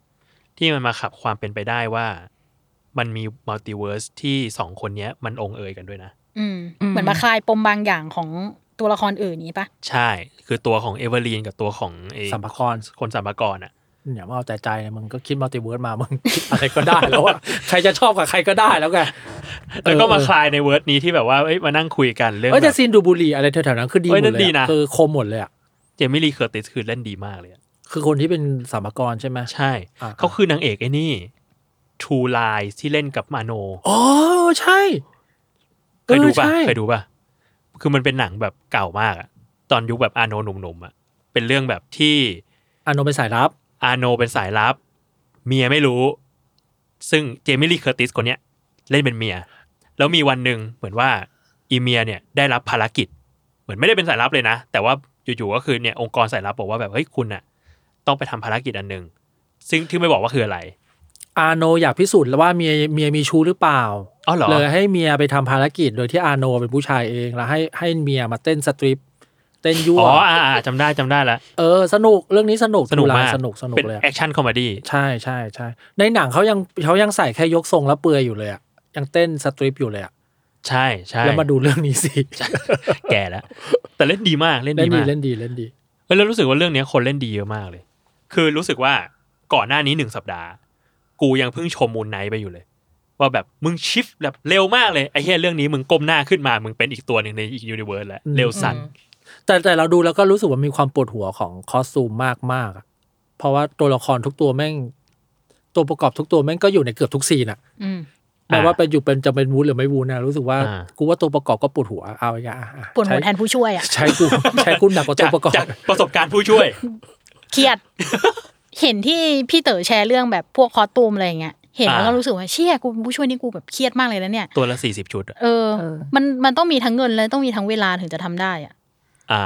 B: ที่มันมาขับความเป็นไปได้ว่า มันมีมัลติเวิร์สที่สองคนเนี้ย มันองเอยกันด้วยนะ
E: อืม
C: อืม
E: เหมือนมาคลายปมบางอย่างของตัวละครอื่นนี้ปะ
B: ใช่ คือตัวของเอเวอร์ลีนกับตัวของไอ้
D: สัมภาระ
B: คนสัมภากรอ่ะ
D: เนี่ย มาเอาแต่ใจนะมึงก็คิดมัลติเวิร์สมา มึงคิดอะไรก็ได้แล้วอะใครจะชอบกับใครก็ได้แล้วไง
B: แล้วก็มา
D: เออ
B: คลายในเวิร์ดนี้ที่แบบว่าเอ้ยมานั่งคุยกันเรื่อง
D: เออ
B: แบ
D: แต่
B: บ
D: ซีนดูบุหรี่อะไรแถวๆนั้นคือดีหม
B: เอ้
D: ด
B: ยนั่น
D: เลย
B: ดีนะ
D: อะคือคมหมดเลยอะ
B: เจมี่ลีเคอร์ติสคือเล่นดีมากเลยอะ
D: คือคนที่เป็นสามกรใช่ไหม
B: ใช่
D: อ่า
B: เขาคือนางเอกไอ้นี่ทูไลน์ที่เล่นกับมาโน
D: อ๋อใช่
B: เคยดู
D: ออ
B: ป่ะ
D: ใช่
B: เคยดูป่ะคือมันเป็นหนังแบบเก่ามากอะตอนยุคแบบอาโนหนุ่มๆอะเป็นเรื่องแบบที่
D: อานนท์เป็นสายลับ
B: อาโนเป็นสายลับ เมียไม่รู้ ซึ่งเจมี่ลีเคอร์ติสคนเนี้ย เล่นเป็นเมีย แล้วมีวันหนึ่งเหมือนว่าอีเมียเนี่ยได้รับภารกิจ เหมือนไม่ได้เป็นสายลับเลยนะ แต่ว่าอยู่ๆก็คือเนี่ยองค์กรสายลับบอกว่าแบบเฮ้ยคุณอะต้องไปทำภารกิจอันหนึ่งซึ่งที่ไม่บอกว่าคืออะไร
D: อาโนอยากพิสูจน์ว่าเมียเมียมีชู้หรือเปล่า
B: อ๋อเหรอ
D: เลยให้เมียไปทำภารกิจโดยที่อาโนเป็นผู้ชายเอง แล้วให้ให้เมียมาเต้นสตริป เต้นยั่ว
B: อ๋ออ่าอ่าจำได้จำได้ละ
D: เออสนุกเรื่องนี้สนุก
B: สนุก
D: ดูแล
B: มาก
D: สนุกสนุก
B: เป็น
D: เลยอะ
B: แอคชั่นคอมเมดี้
D: ใช่ใช่ใช่ในหนังเขายังเขายังใส่แค่ยกทรงแล้วเปลือยอยู่เลยอะยังเต้นสตริปอยู่เลยอะ
B: ใช่ใช่
D: แล้วมาดูเรื่องนี้ สิ
B: แก่แล้ว แต่เล่นดีมากเล่น
D: เล่
B: ดี
D: นดี
B: มาก
D: เล่นดีเล่นดี
B: เฮ้ยแล้วรู้สึกว่าเรื่องเนี้ยคนเล่นดีเยอะมากเลย คือรู้สึกว่าก่อนหน้านี้หนึ่งสัปดาห์ กูยังเพิ่งชมมูนไนท์ไปอยู่เลย ว่าแบบมึงชิฟแบบเร็วมากเลยไอ้เหี้ยเรื่องนี้มึงก้มหน้าขึ้นมา มึงเป็นอีกตัวหนึ่งในอีกยูนิเวิร์สแล้ว
D: อืม
B: เร็วสัต
C: อื
B: ว์
C: ม
D: แต่แต่เราดูแล้วก็รู้สึกว่ามีความปวดหัวของคอสตูมมากมากๆอะเพราะว่าตัวละครทุกตัวแม่ง ตัวประกอบทุกตัวแม่งก็อยู่ในเกือบทุกซีนอะ
E: อืม
D: แม้ว่าไปอยู่เป็นจะเป็นวูนหรือไม่วูนนะรู้สึกว่า
B: อ่า
D: กูว่าตัวประกอบก็ปวดหัวเอาอีกอ่ะอ่ะ
E: ปวดหัวแทนผู้ช่วยอ่ะ
D: ใช้ใช้กู ใช้กูหนักกว่าตั
B: จาว ก
D: ประกอบ
B: จากประสบการณ์ผู้ช่วย
E: เครียด เห็นที่พี่เต๋อแชร์เรื่องแบบพวกคอสตูมอะไรอย่างเงี้ยเห็นแล้วก็
B: อ่ารู้
E: รู้สึกว่าเชี่ยกูเป็นผู้ช่วยนี่กูแบบเครียดมากเลยนะเนี่ย
B: ตัวละสี่สิบชุดอะ
E: เออ
C: เออ
E: มันมันต้องมีทั้งเงินและต้องมีทั้งเวลาถึงจะทำได้อ่ะ
B: อ่า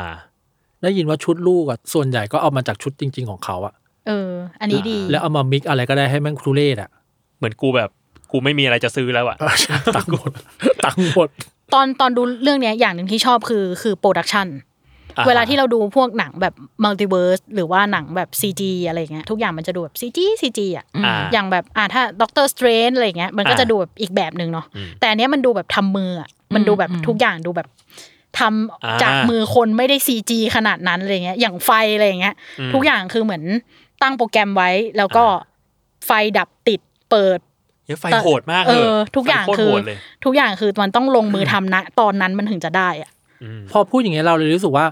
D: ได้ยินว่าชุดลูกอ่ะส่วนใหญ่ก็เอามาจากชุดจริง ๆ ของเขาอ่ะ
E: เออ อันนี้ดี
D: แล้วเอามามิกอะไรก็ได้ให้แม่งครูเล่ อ่ะ
B: เหมือนกูแบบกูไม่มีอะไรจะซื้อแล้วอะ
D: ตังหมดตังหมด
E: ตอนตอนดูเรื่องเนี้ยอย่างหนึ่งที่ชอบคือคือโปรดักชัน
B: อ่
E: เวลาที่เราดูพวกหนังแบบมัลติเวิร์สหรือว่าหนังแบบ CG อะไรอย่างเงี้ยทุกอย่างมันจะดูแบบ CG CG อ่ะ
B: อ่า
E: อย่างแบบอ่ะถ้าด็อกเตอร์สเตรนอะไรอย่างเงี้ยมันก็
B: อ่า
E: จะดูแบบอีกแบบหนึ่งเนาะ
B: อืม
E: แต่อันเนี้ยมันดูแบบทำมืออ่ะมันดูแบบ
C: อืม
E: ทุกอย่างดูแบบทำ
B: อ่า
E: จากมือคนไม่ได้ซีจีขนาดนั้นอะไรเงี้ยอย่างไฟอะไรอย่างเงี้ย
B: อืม
E: ทุกอย่างคือเหมือนตั้งโปรแกรมไว้แล้วก็
B: อ่
E: ไฟดับติดเปิด
B: เฮ้ยไฟโหดมาก
E: เอ
B: เลย
E: อทุกอย่าง
B: ไฟโคตร
E: คือ
B: โหดเลย
E: ทุกอย่างคือมันต้องลงมือทำนะตอนนั้นมันถึงจะได้อ่ะ
B: อืม
D: พอพูดอย่างเงี้ยเราเลยรู้สึกว่า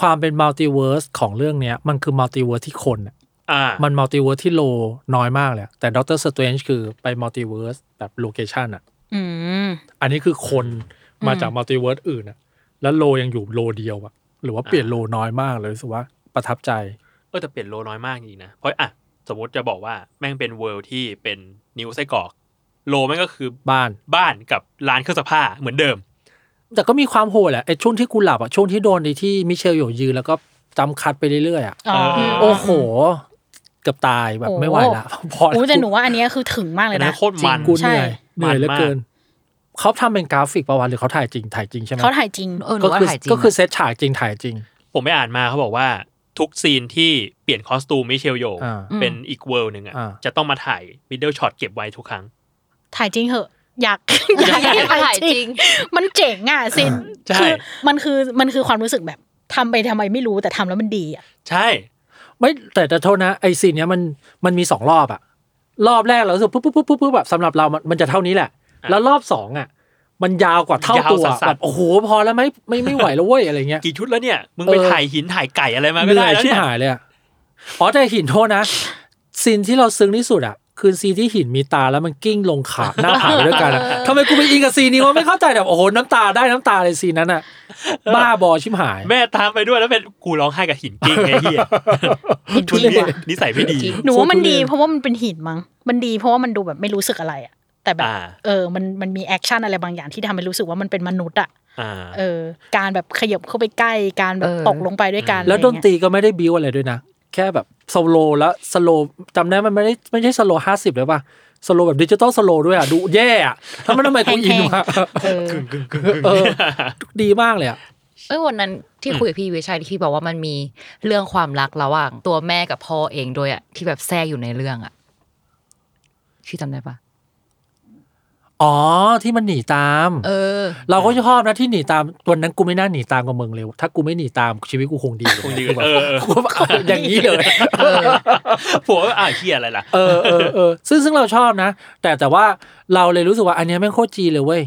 D: ความเป็นมัลติเวิร์สของเรื่องเนี้ยมันคือมัลติเวิร์สที่คนอะ
B: อ่า
D: มันมัลติเวิร์สที่โลน้อยมากเลยอะแต่ด็อกเตอร์สเตรนจ์คือไปมัลติเวิร์สแบบโลเคชันอ่ะ
E: อืม
D: อันนี้คือคน
E: อืม
D: มาจากมัลติเวิร์สอื่นอะแล้วโลยังอยู่โลเดียวอะหรือว่าเปลี่ยนโลน้อยมากเลยรู้สึกว่าประทับใจ
B: เออแต่เปลี่ยนโลน้อยมากจริงๆนะเพราะอ่ะสมมติจะบอกว่าแม่งเป็นเวิลด์ที่เป็นนิ้วไส้กรอกโลแม่งก็คือ
D: บ้าน
B: บ้านกับร้านเครื่องซักผ้าเหมือนเดิม
D: แต่ก็มีความโหดแหละไอ้ช่วงที่กูหลับอะช่วงที่โดนไอ้ที่มิเชลโยยืนแล้วก็จำคัดไปเรื่อยๆอะ
E: อ๋อ
B: เออ
D: โอ้โหเกือบตายแบบ
E: โอ้
D: ไม่ไหวละ พอ
E: อู้
D: แล้ว
E: แต่หนูว่าอันเนี้ยคือถึงมากเล
B: อัน
E: ย
B: นั้
E: นะ
B: นโคตรมัน
D: กู
E: ใช่
D: เหนื่อยเหนื่อยเหลือเกิน
B: มั
D: เขาทำเป็นกราฟิกประวัติหรือเขาถ่ายจริงถ่ายจริงใช่ไหม
E: เขาถ่ายจริง
C: เออหนู
D: ก็
C: ว่า
D: คือ
C: ถ่ายจริง
D: ก็คือ
C: นะ
D: เซตฉากจริงถ่ายจริง
B: กผมไปอ่านมาเขาบอกว่าทุกซีนที่เปลี่ยนคอสตูมมิเชลโย
D: อ่า
B: เป็นอีกเวิร์หนึ่งอ่ะ
D: อ่า
B: จะต้องมาถ่ายมิดเดิลช็อตเก็บไว้ทุกครั้ง
E: ถ่ายจริงเหอะ อยาก อยากให้ถ่า
C: ถ่าย ย
E: จ
C: จ
E: ริ
C: ริ
E: ง
C: ง
E: มันเจ๋งอ่ะซิน
B: ใช่
E: คือมันคือมันคือความรู้สึกแบบทำไปทำไมไม่รู้แต่ทำแล้วมันดีอ่ะ
B: ใช่
D: ไม่แต่แต่โทษนะไอซีนเนี้ยมันมันมีสองรอบอะรอบแรกเรารู้สึกปุ๊บปุ๊บปุ๊บปุ๊บปุ๊บแบบสำหรับเรามันมันจะเท่านี้แหละ แล้วรอบสองอะมันยาวกว่าเท่าตัวแบบโอ้โหพอแล้วไหมไม่ไม่ไหวแล้วเว้ยอะไรเงี้ย
B: กี่ชุดแล้วเนี่ย มึงไป
D: เออ
B: ถ่ายหินถ่ายไก่อะไรมา
D: เห
B: ก็
D: นื่
B: ได้
D: อย
B: แล้ว
D: ชิบ
B: เนี่ย
D: หายเลยอะอ๋อแต่หินโทษนะซีนที่เราซึ้งที่สุดอะคือซีนที่หินมีตาแล้วมันกิ้งลงขาหน้าผาไปด้วยกันอะทำไมกูไปอินกับซีนนี้วะไม่เข้าใจแบบโอ้โหน้ำตาได้น้ำตาเลยซีนนั้นอะบ้าบอชิบหาย
B: แม่ตามไปด้วยแล้วเป็นกูร้องไห้กับหินกิ้งไอ้เหี้ยชุด
E: จริง
B: นี้
E: ว่ะ
B: นิสัยไม่ดี
C: จริง
E: หนูว่ามัน
D: โคตรทุเรศ
E: ดีเพราะว่ามันเป็นหินมั้งมันดีเพราะว่ามันดูแบบไม่รู้สึกอะไรอ่ะแต่แบบ
B: อ่า
E: เออมันมันมีแอคชั่นอะไรบางอย่างที่ทำให้รู้สึกว่ามันเป็นมนุษย์อ่ะ
B: อ่า
E: เออ การแบบขยับเข้าไปใกล้การแบบ
C: เออ
E: ตกลงไปด้วยกัน
D: แล้ว
E: อะไร
D: ด
E: เงี้ย
D: นตรีก็ไม่ได้บิวอะไรด้วยนะ แค่แบบสโลแล้วสโลจำได้มันไม่ได้ไม่ใช่สโลห้าสิบเลยป่ะสโลแบบดิจิตอลสโลด้วยอ่ะ ดูแย่อ่ะทำไมทำไมกูอินวะ
E: เออ
D: เออดีมากเลยอ่ะ
C: เอ้ยวันนั้นที่คุยกับพี่วิชัยที่พี่บอกว่ามันมีเรื่องความรักระหว่างตัวแม่กับพ่อเองด้วยอะที่แบบแทรกอยู่ในเรื่องอะพี่จำได้ปะ
D: อ๋อที่มันหนีตาม
C: เออ
D: เราก็ชอบนะที่หนีตามตัวนั้นกูไม่น่าหนีตามกับมึงเลยถ้ากูไม่หนีตามชีวิตกูคงดี
B: คงดี
D: กูแบบ
B: เออเออ
D: กูแบบเอาอย่างนี้เลย
B: ผัวอ่าเฮียอะไรล่ะ
D: เออเออเออซึ่งซึ่งเราชอบนะ แต่แต่ว่าเราเลยรู้สึกว่าอันเนี้ยแม่งโคตรจีนเลยเว้ย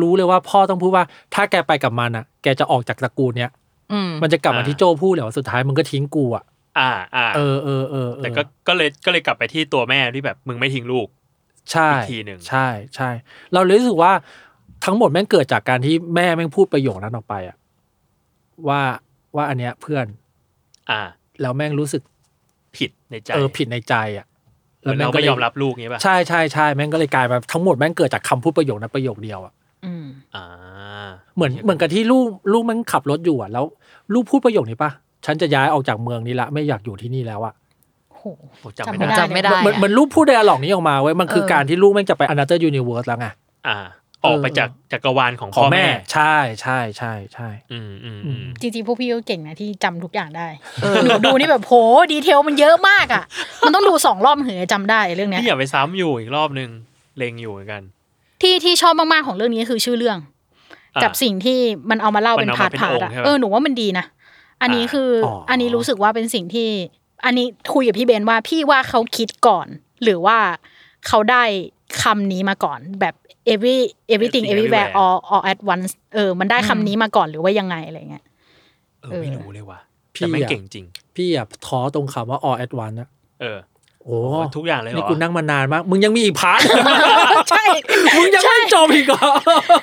D: รู้เลยว่าพ่อต้องพูดว่าถ้าแกไปกับมันอ่ะ แกจะออกจากตระกูลเนี้ย
C: อืม
D: มันจะกลับมา
B: อ่า
D: ที่โจพูดแหละว่าสุดท้ายมึงก็ทิ้งกูอ่ะ
B: อ่าอ่า
D: เออเออเออเออ
B: แต่ก็ก็เลยก็เลยกลับไปที่ตัวแม่ที่แบบมึงไม่ทิ้งลูก
D: ใช่
B: อีกทีหนึ่ง
D: ใช่ใช่ เราเลยรู้สึกว่าทั้งหมดแม่งเกิดจากการที่แม่แม่งพูดประโยคนั้นออกไปอ่ะว่าว่าอันเนี้ยเพื่อน
B: อ่า
D: แล้วแม่งรู้สึก
B: ผิดในใจ
D: เออผิดในใจอ่ะ
B: เหมือนเรา
D: ก็
B: ไม่
D: ล
B: ยอมรับลูกเงี้ยป่ะ
D: ใช่ใช่ใช่แม่งก็เลยกลายมาทั้งหมดแม่งเกิดจากคำพูดประโยคนั้นประโยคเดียวอ่ะ
E: อืม
B: อ่า
D: เหมือนเหมือนกับที่ลูกลูกมันขับรถอยู่อ่ะแล้วลูกพูดประโยคนี้ปะฉันจะย้ายออกจากเมืองนี้ละไม่อยากอยู่ที่นี่แล้วอ่ะ
E: โห
B: โอ้จำไม่ได้
C: จำไม่ได้
D: เหมือนเหมือนลูกพูดไดอะล็อกนี้ออกมาเว้ยมันคือ
C: เออ
D: การที่ลูกแม่งจะไปอนาเตอร์ยูนิเวิร์สแล้วไง
B: อ่า ออกไปจากจักรวาลของ
D: ขอ
B: พ่
D: ง
B: อ
D: แม่
B: แม่
D: ใช่ใช่ใช่ใช่
B: อืมอืม
D: อื
B: อื
D: ม
B: ม
E: จริงๆพวกพี่ก็เก่งนะที่จำทุกอย่างได้
C: เออ
E: หนูดูนี่แบบโหดีเทลมันเยอะมากอ่ะ มันต้องดูสองรอบถึงจะจำได้เรื่องเนี้ย
B: นี่อย่าไปซ้ำอยู่อีกรอบนึงเลงอยู่เหมือนกัน
E: ที่ที่ชอบมากๆของเรื่องนี้คือชื่อเรื่อง
B: อ่ะ
E: กับสิ่งที่มันเอามาเล่าเป็น
B: มันเอา
E: พา
B: มา
E: ร์ท
B: เป็น
E: พา
B: อง
E: ร์ท
B: ค์
E: อะ
B: ใช่ปะ
E: เออหนูว่ามันดีนะอันนี้
B: อ่า
E: คืออ
D: ออั
E: อันนี้รู้สึกว่าเป็นสิ่งที่ อันนี้คุยกับพี่เบนว่าพี่ว่าเขาคิดก่อน หรือว่าเขาได้คำนี้มาก่อนแบบ every everything
B: Everything
E: everywhere
B: everywhere
E: all all at once เออมันได้คำนี้มาก่อนหรือว่ายังไงอะไรเงี้ย
B: เออไม่รู้เลยว่ะ
D: พี่
B: แต่ไม่ง
D: อะ
B: เก่งจริง
D: พี่อ่ะท้อตรงคำว่า all at once นะ
B: เออ
D: โอ้
B: โอ้ทุกอย่างเลยเหร
D: นี่
B: อ
D: กูนั่งมานานมาก มึงยังมีอีกพา ร์ท
E: ใช่
D: มึงยังไม่จบอีกเหรอ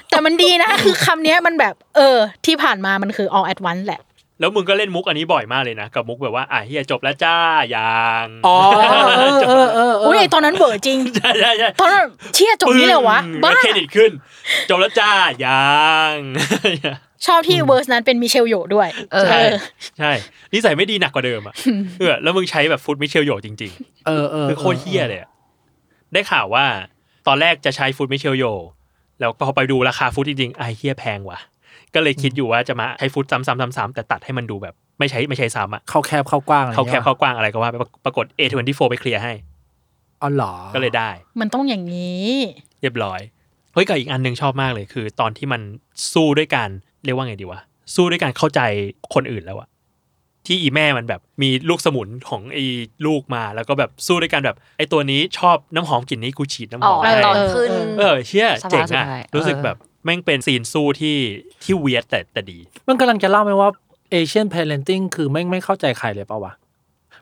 E: แต่มันดีนะ คือคำเนี้ยมันแบบ เออ ที่ผ่านมามันคือ all at once แหละ
B: แล้วมึงก็เล่นมุกอันนี้บ่อยมากเลยนะ กับมุกแบบว่าอ่ะเฮียจบแล้วจ้ายัง
D: อ๋อเออเออเออเอ
E: อุ้ย
D: อ
E: ไอ้ตอนนั้นเบอร์จริง
B: ใช่ใช่ใช่
E: ตอนนั้นเชี่ยจบนี้เลยวะ
B: ปึ้ง
E: บ้า
B: แล้วเครดิตขึ้น จบแล้วจ้ายัง
E: ชอบที่เวอร์สนั้นเป็นมิเชลโยด้วย
C: เออ
B: ใช่ใช่นิสัยไม่ดีหนักกว่าเดิมอ่ะเออแล้วมึงใช้แบบฟุตมิเชลโยจริง
D: เออเอ
B: ๆ
D: อ
B: คือโคตรเฮี้ยเลยอะได้ข่าวว่า ตอนแรกจะใช้ฟุตมิเชลโยแล้วพอไปดูราคาฟุตจริงๆไอ้เฮี้ยแพงว่ะ ก็เลยคิดอยู่ว่าจะมาใช้ฟุตซ้ำๆๆๆแต่ตัดให้มันดูแบบ ไม่ใช้ไม่ใช้ซ้ำอ่ะ
D: เข้าแคบเข้ากว้างอะไร
B: เขาแคบ
D: งี้ย
B: เขากว้างอะไรก็ว่าไปปรากฏ A24 ไปเคลียร์ให้
D: อ๋อเหรอ
B: ก็เลยได้
E: มันต้องอย่างนี้
B: เรียบร้อย เฮ้ยกับอีกอันหนึ่งชอบมากเลยคือ ตอนที่มันสู้ด้วยการเรียกว่าไงดีวะ สู้ด้วยการเข้าใจคนอื่นแล้วอะที่อีแม่มันแบบมีลูกสมุนของไอ้ลูกมา แล้วก็แบบสู้ด้วยการแบบไอ้ตัวนี้ชอบน้ำหอมกลิ่นนี้กูฉีดน้ำห
C: อ๋
B: อ
C: อ
B: ม
C: ตอน
B: ให้
C: ขึ้น
B: เออเชี่ย
C: สภาพ
B: เจ๋ง
C: สุด
B: อะ
C: ท้าย
B: รู้สึกแบบแม่งเป็นซีนสู้ที่ที่เวียดแต่แต่ดี
D: มันกำลังจะเล่าไหมว่า Asian parenting คือไม่งไม่เข้าใจใครเลยเปล่าวะ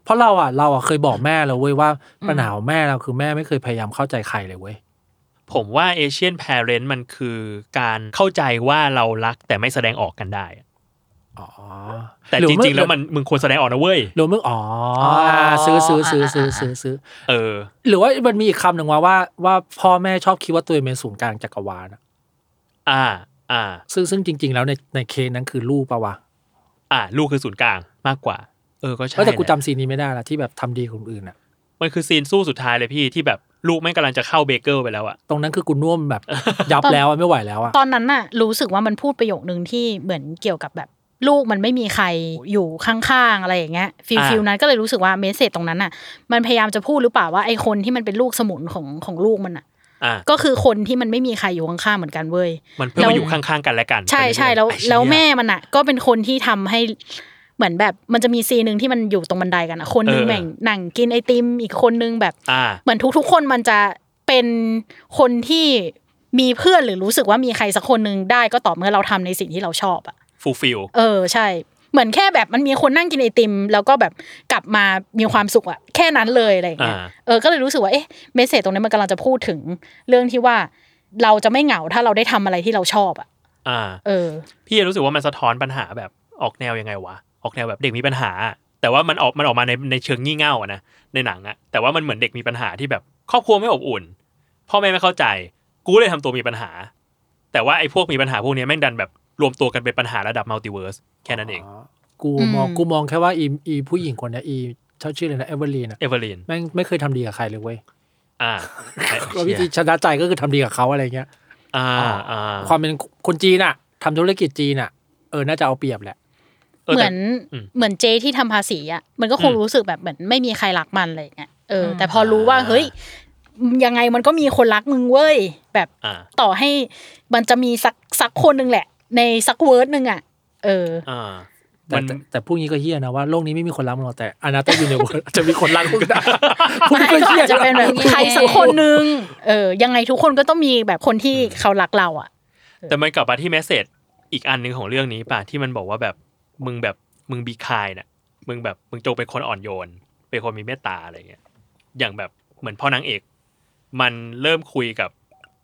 D: เพราะเราอ่ะเราอ่ะเคยบอกแม่เราเว้ยว่า
C: อืม
D: ปัญหาของแม่เราคือแม่ไม่เคยพยายามเข้าใจใครเลยเว้ย
B: ผมว่าเอเชียน a r เรนมันคือการเข้าใจว่าเรารักแต่ไม่แสดงออกกันได้อะ
D: อ๋อ
B: แต่
D: หอ
B: จริงๆ แล้วมันมึงควรแสดงออกนะเว้ย
D: หรือมึงอ๋อ
C: อ๋ออ่
D: าซื้อซื้อซื้อซื้อ
C: อ่า
D: ซื้อซื้อ
B: เออ
D: หรือว่ามันมีอีกคำหนึ่งว่าว่าว่าพ่อแม่ชอบคิดว่าตัวเองเป็นศูนย์กลางจักรวาลอะ
B: อ่า อ่า
D: ซึ่งซึ่งจริง ๆ แล้วในในเคสนั้นคือลูกปะวะ
B: อ่าลูกคือศูนย์กลางมากกว่า เออก็ใช่
D: เออแต่กู
B: นะ
D: จำซีนนี้ไม่ได้ละที่แบบทำดีกับคนอื่นอะ
B: มันคือซีนสู้สุดท้ายเลยพี่ที่แบบลูกแม่งกำลังจะเข้าเบเกิลไปแล้วอะ
D: ตรงนั้นคือกูน่วมแบบ ยับแล้วอะไม่ไหวแล้วอะ
E: ตอนนั้นน่ะ รู้สึกว่ามันพูดประโยคนึงที่เหมือนเกี่ยวกับแบบ ลูกมันไม่มีใครอยู่ข้างๆอะไรอย่างเงี้ยฟิลฟิลนั้นก็เลยรู้สึกว่าเมสเซจตรงนั้นน่ะ มันพยายามจะพูดหรือเปล่าว่าไอ้คนที่มันเป็นลูกสมุนของของลูกมันน่ะ
B: อ่ะ
E: ก็คือคนที่มันไม่มีใครอยู่ข้างๆเหมือนกันเว้ย
B: มันเพื่อมาอยู่ข้างๆกันและกัน
E: ใช่ใช่
B: ไป
E: แล้
B: เรื่อ
E: ว
B: ยๆไอ้เหี้ย
E: แล้วแม่มันอ่ะ ก็เป็นคนที่ทำให้เหมือนแบบมันจะมีซีนหนึ่งที่มันอยู่ตรงบันไดกันอ่ะคนหนึงแม่งนั่งกินไอติมอีกคนนึงแบบ
B: อ่า
E: เหมือนทุกๆคนมันจะเป็นคนที่มีเพื่อนหรือรู้สึกว่ามีใครสักคนหนึ่งได้ก็ต่อเมื่อเราทำในสิ่งที่เราชอบอ่ะ
B: ฟูลฟิล
E: เออใช่ เหมือนแค่แบบมันมีคนนั่งกินไอติม แล้วก็แบบกลับมามีความสุขอะแค่นั้นเลยอะไรอย่างเงี้
B: อ่าย
E: เออ ก็เลยรู้สึกว่า เอ๊ะ เมสเซจตรงนี้มันกำลังจะพูดถึงเรื่องที่ว่าเราจะไม่เหงาถ้าเราได้ทำอะไรที่เราชอบอะ
B: อ่า
E: เออ
B: พี่รู้สึกว่ามันสะท้อนปัญหาแบบออกแนวยังไงวะ ออกแนวแบบเด็กมีปัญหา แต่ว่ามันออกมันออกมาในในเชิงงี่เง่าอะนะในหนังอะแต่ว่ามันเหมือนเด็กมีปัญหาที่แบบครอบครัวไม่อบอุ่น พ่อแม่ไม่เข้าใจ กูเลยทำตัวมีปัญหา แต่ว่าไอ้พวกมีปัญหาพวกเนี้ยแม่งดันแบบรวมตัวกันเป็นปัญหาระดับมัลติเวิร์สแค่นั้นเอง
D: กูมอง
E: อืม
D: กูมองแค่ว่าอีอีผู้หญิงคนเนี้ยอีเช่าชื่อเลยนะเอเวอร์ลีนอะ
B: เอเวอร์ลิน
D: แม่งไม่เคยทำดีกับใครเลยเว้ย
B: อ่าไอ้
D: ก็วิ
B: เหี้ย
D: ธีชนะใจก็คือทำดีกับเขาอะไรเงี้ย
B: อ่าอ่า
D: ความเป็นคนจีนอะทำธุรกิจจีนอะเออน่าจะเอาเปรียบแหละ
B: แต่
E: เหมือน
B: อืม
E: เหมือนเจที่ทำภาษีอะมันก็คง
B: อืม
E: รู้สึกแบบเหมือนไม่มีใครรักมันอะไรอย่างเงี้ยเอออ
C: ม
E: แต่พอรู้ว่า
B: อ่า
E: เฮ้ย ยังไงมันก็มีคนรักมึงเว้ย แบบ
B: อ่า
E: ต่อให้มันจะมีสักสักคนหนึ่งแหละ ในสักเวิร์ดหนึ่งอ่ะ เออ
B: อ่า
D: แต่
B: มัน
D: แต่แต่พูดงี้ก็เฮี้ยนะว่าโลกนี้ไม่มีคนรักมึงหรอกแต่อนาโตยูเนเวิร์จะมีคนรักมึง นะพูด
E: ไม่
D: ก็
E: ก็
D: เฮี้ย
E: อาจจะเป็นแบบใครสักคนหนึ่งเออ ยังไงทุกคนก็ต้องมีแบบคนที่เขารักเราอ่ะ
B: แต่มันกลับมาที่เมสเซจอีกอันหนึ่งของเรื่องนี้ป่ะที่มันบอกว่าแบบมึงแบบมึงบีคายน่ะมึงแบบมึงจงเป็นคนอ่อนโยน เป็นคนมีเมตตาอะไรเงี้ยอย่างแบบเหมือนพ่อนางเอก มันเริ่มคุยกับ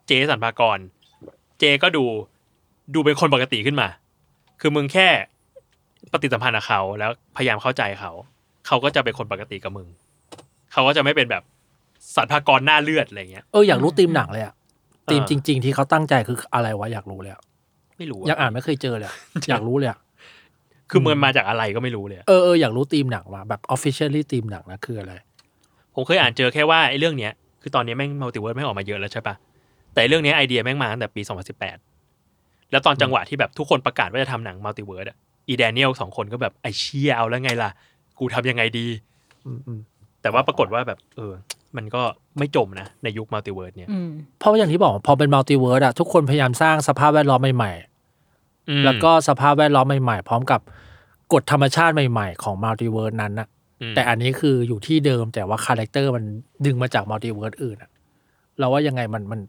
B: เจสันพากร เจก็ดูดูเป็นคนปกติขึ้นมา คือมึงแค่ปฏิสัมพันธ์กับเขาแล้วพยายามเข้าใจเขา เขาก็จะเป็นคนปกติกับมึง เขาก็จะไม่เป็นแบบสันพากรหน้าเลือดอะไรเงี้ย
D: เอออยากรู้ธีมหนังเลยอะ
B: อ่า
D: ธีมจริง ๆ ที่เขาตั้งใจคืออะไรวะอยากรู้เลยอะ
B: ไม่รู้
D: อยา
B: อะ
D: กอ่านไม่เคยเจอเลยอะอยากรู้เลยอะ
B: คือมันมาจากอะไรก็ไม่รู้เลยอะ
D: เออเอออยากรู้ธีมหนังว่ะแบบ officially ธีมหนังนะคืออะไร
B: ผมเคยอ่านเจอแค่ว่าไอ้เรื่องเนี้ยคือตอนนี้แม่งมัลติเวิร์สไม่งออกมาเยอะแล้วใช่ปะแต่เรื่องเนี้ยไอเดียแม่งมาตั้งแต่ปี 2018 แล้วตอนจังหวะที่แบบทุกคนประกาศว่าจะทำหนังมัลติเวิร์สอะอีแดเนียลสองคนก็แบบไอเชี่ยเอาแล้วไงล่ะ กูทำยังไงดี
D: อืมอืม
B: แต่ว่าปรากฏว่าแบบเออ มันก็ไม่จมนะ ในยุคมัลติเวิร์สเนี่ย
E: อืม
D: เพราะว่าอย่างที่บอกพอเป็นมัลติเวิร์ดอะทุกคนพยายามสร้างสภาพแวดล้อมใหม่ๆ แล้วก็สภาพแวดล้อมใหม่ๆ พร้อมกับกฎธรรมชาติใหม่ๆ ของมัลติเวิร์ดนั้นนะ
B: อืม
D: แต่อันนี้คืออยู่ที่เดิมแต่ว่าคาแรคเตอร์มันดึงมาจากมัลติเวิร์ดอื่นอะเราว่ายังไงมันมัน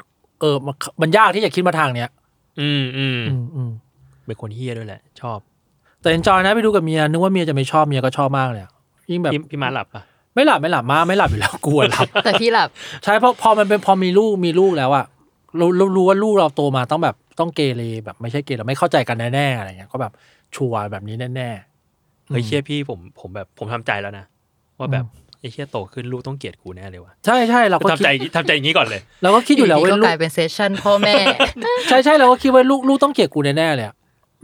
D: เออมันมันยากที่จะคิดมาทางเนี้ย
B: อืมอืม
D: อืมอืม
B: เป็นคนเฮี้ยด้วยแหละ ชอบ
D: แต่เอนจอยนะไปดูกับเมียนึกว่าเมียจะไม่ชอบเมียก็ชอบมากเลยอะยิ่งแบบ
B: พี่พี่มาหลับปะ
D: ไม่หลับไม่หลับมากไม่หลับอยู่แล้ว กลัวหลับ
C: แต่พี่หลับ
D: ใช่เพราะพอมันเป็นพอมีลูกมีลูกแล้วอะรู้รู้รู้ว่าลูกเราโตมาต้องแบบต้องเกเรแบบไม่ใช่เกเรไม่เข้าใจกันแน่ๆอะไรเงี้ยก็แบบชัวร์แบบนี้แน่ๆ
B: เฮ้ย
D: อืม
B: เชี่ยพี่ผมผมแบบผมทำใจแล้วนะว่าแบบ
D: อื
B: ไอ้เชี่ยโตขึ้นลูกต้องเกลียดกูแน่เลยว่ะ
D: ใช่ใช่เราก็
B: ทำ
D: คิด
B: ใจอย่างงี้ทำใจอย่างงี้ก่อนเลย
D: เราก็คิดอยู่แล้วเว้ย
C: ก็
D: ลู
C: กลาก ยเป็นเซสชั่นพ่อแม่
D: ใช่ใช่เราก็คิดว่าลูกลูกต้องเกลียดกูแน่ๆเลยอะ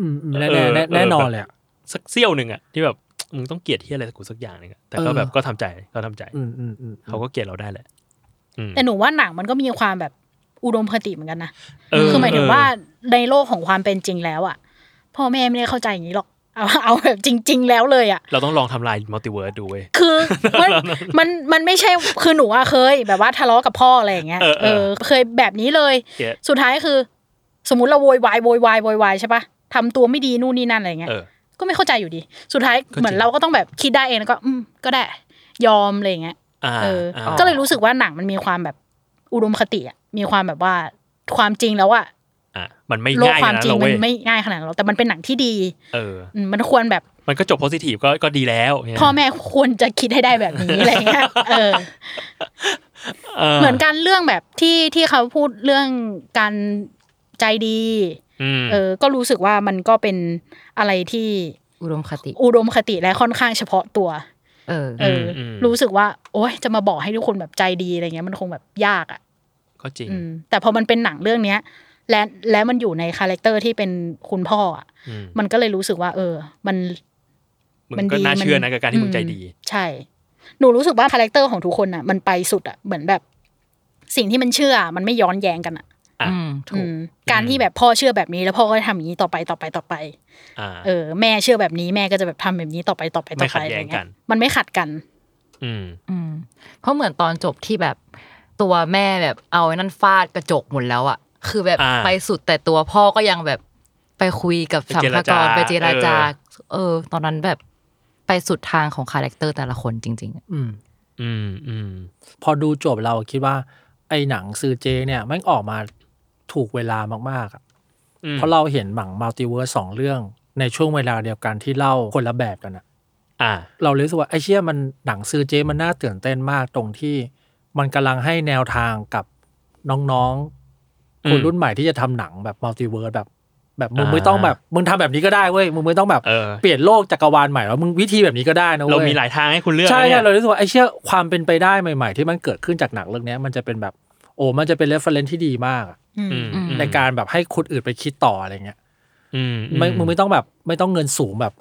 D: อืมอืมแน่
B: เออ
D: ๆแน่
B: เออ
D: แน่นอนเลยอะ
B: สักเซี่ยวหนึ่งอะที่แบบมึงต้องเกลียดที่อะไรกูสักอย่างหนึงอะแต่ก็
D: เออ
B: แบบก็ทำใจก็ทำใจ
D: อืมอืมอืม
B: เขาก็เกลียดเราได้แหละอืม
E: แต่หนูว่าหนังมันก็มีความแบบอุดมคติเหมือนกันนะ
B: เ
E: คือหมายถึงว่าในโลกของความเป็นจริงแล้วอ่ะ พ่อแม่ไม่ได้เข้าใจอย่างนี้หรอก เอาเอาแบบจริง ๆ แล้วเลยอ่ะ
B: เราต้องลองทำลายมัลติเวิร์สดูเว้ย
E: คือมันมันมันไม่ใช่คือหนูอะเคย แบบว่าทะเลาะกับพ่ออะไรอย่างเงี้ย
B: เออเออ
E: เคยแบบนี้เลย
B: เก็ต
E: สุดท้ายคือ สมมติเราโวยวายโวยวายโวยวายใช่ปะทำตัวไม่ดีนู่นนี่นั่นอะไรเงี้ย
B: เออ
E: ก็ไม่เข้าใจอยู่ดี สุดท้าย
B: ก็จริง
E: เหมือนเราก็ต้องแบบคิดได้เองแล้วก็ อืมก็ได้ยอมอะไรเงี้ย
B: อ่า
E: เอออา ก็เลยรู้สึกว่าหนังมันมีความแบบอุดมคติอะมีความแบบว่าความจริงแล้วอะ
B: อ่ะมันไม่
E: โลก
B: ง่าย
E: ความ
B: นะ
E: จริง
B: เรา
E: มั
B: เว้
E: น
B: ย
E: ไม่ง่ายขนาดนั้นหรอกแต่มันเป็นหนังที่ดี
B: เออ
E: อืมมันควรแบบ
B: มันก็จบโพสิทีฟก็ก็ดีแล้วเนี่ย
E: พ่อแม่ควรจะคิดให้ได้แบบนี้อะไรเงี้ยเออ เหมือนกันเรื่องแบบที่ที่เขาพูดเรื่องการใจดี
B: อืม
E: เออ ก็รู้สึกว่ามันก็เป็นอะไรที่
C: อุดมคติ
E: อุดมคติและค่อนข้างเฉพาะตัว
C: เออ
E: เอออ
B: ม
E: รู้สึกว่า โอ๊ยจะมาบอกให้ทุกคนแบบใจดีอะไรเงี้ยมันคงแบบยากอ่ะ
B: ก็จริง
E: อืม แต่พอมันเป็นหนังเรื่องเนี้ย และและมันอยู่ในคาแรคเตอร์ที่เป็นคุณพ่ออ่ะ
B: อืม
E: มันก็เลยรู้สึกว่า เออ มัน
B: มึง
E: มัน
B: ก็
E: ดี
B: น่า
E: มัน
B: เชื่อนะกับการที่มึงใจดี
E: ใช่ หนูรู้สึกว่าคาแรคเตอร์ของทุกคนอ่ะ มันไปสุดอ่ะ เหมือนแบบ สิ่งที่มันเชื่อ มันไม่ย้อนแย้งกันอ่ะ
B: อ่ะ
C: อืมถูก
E: อืมการที่แบบพ่อเชื่อแบบนี้แล้วพ่อก็จะทำอย่างนี้ต่อไปต่อไปต่อไป
B: อ่า
E: เออแม่เชื่อแบบนี้แม่ก็จะแบบทำแบบนี้ต่อไปต่อไปต่อ
B: ไม่ขั
E: ไป
B: ด
E: อะไร
B: แย้งกั
E: เงี้
B: น
E: ยมันไม่ขัดกัน
B: อืม
C: อืมเพราะเหมือนตอนจบที่แบบตัวแม่แบบเอาไอ้นั่นฟาดกระจกหมดแล้วอะคือแบบ
B: อ่า
C: ไปสุดแต่ตัวพ่อก็ยังแบบไปคุยกับสัมภาระ
B: ไป
C: ไป
B: เจ
C: เจ
B: ร
C: ร
B: จา
C: จา เออ ตอนนั้นแบบไปสุดทางของคาแรคเตอร์แต่ละคนจริง ๆอะ
D: อืม
B: อืมอืม
D: พอดูจบเราคิดว่า ไอ้หนังซือเจเนี่ยแมันออกมาถูกเวลามากๆอะ
B: อืม
D: เพราะเราเห็นหนังมัลติเวิร์สสองเรื่องในช่วงเวลาเดียวกันที่เล่าคนละแบบกันอะ
B: อ่า
D: เราเลยรู้สึกว่าไอเชี่ยมันหนังซือเจมันน่าตื่นเต้นมากตรงที่ มันกำลังให้แนวทางกับน้อง
B: อืม
D: ๆคนรุ่นใหม่ที่จะทำหนังแบบมัลติเวิร์สแบบ แบบมึง
B: อ่า
D: ไม่ต้องแบบมึงทำแบบนี้ก็ได้เว้ยมึงไม่ต้องแบบ
B: เออ
D: เปลี่ยนโลกจักรวาลใหม่แล้วมึงวิธีแบบนี้ก็ได้นะเว้ย
B: เรามีหลายทางให้คุณเลือก
D: ใช่
B: นะเนี่
D: ใช่
B: ย
D: เรารู้สึกว่าไอ้เชื่อความเป็นไปได้ใหม่ ๆ ที่มันเกิดขึ้นจากหนังเรื่องเนี้ยมันจะเป็นแบบโอ้มันจะเป็นเรฟเฟรนที่ดีมากอะ
E: อืม
B: อืมอืม
D: ในการแบบให้คนอื่นไปคิดต่ออะไรเงี้ย
B: อืม
D: ไม่มึงไม่ต้องแบบไม่ต้องเงินสูงแบบ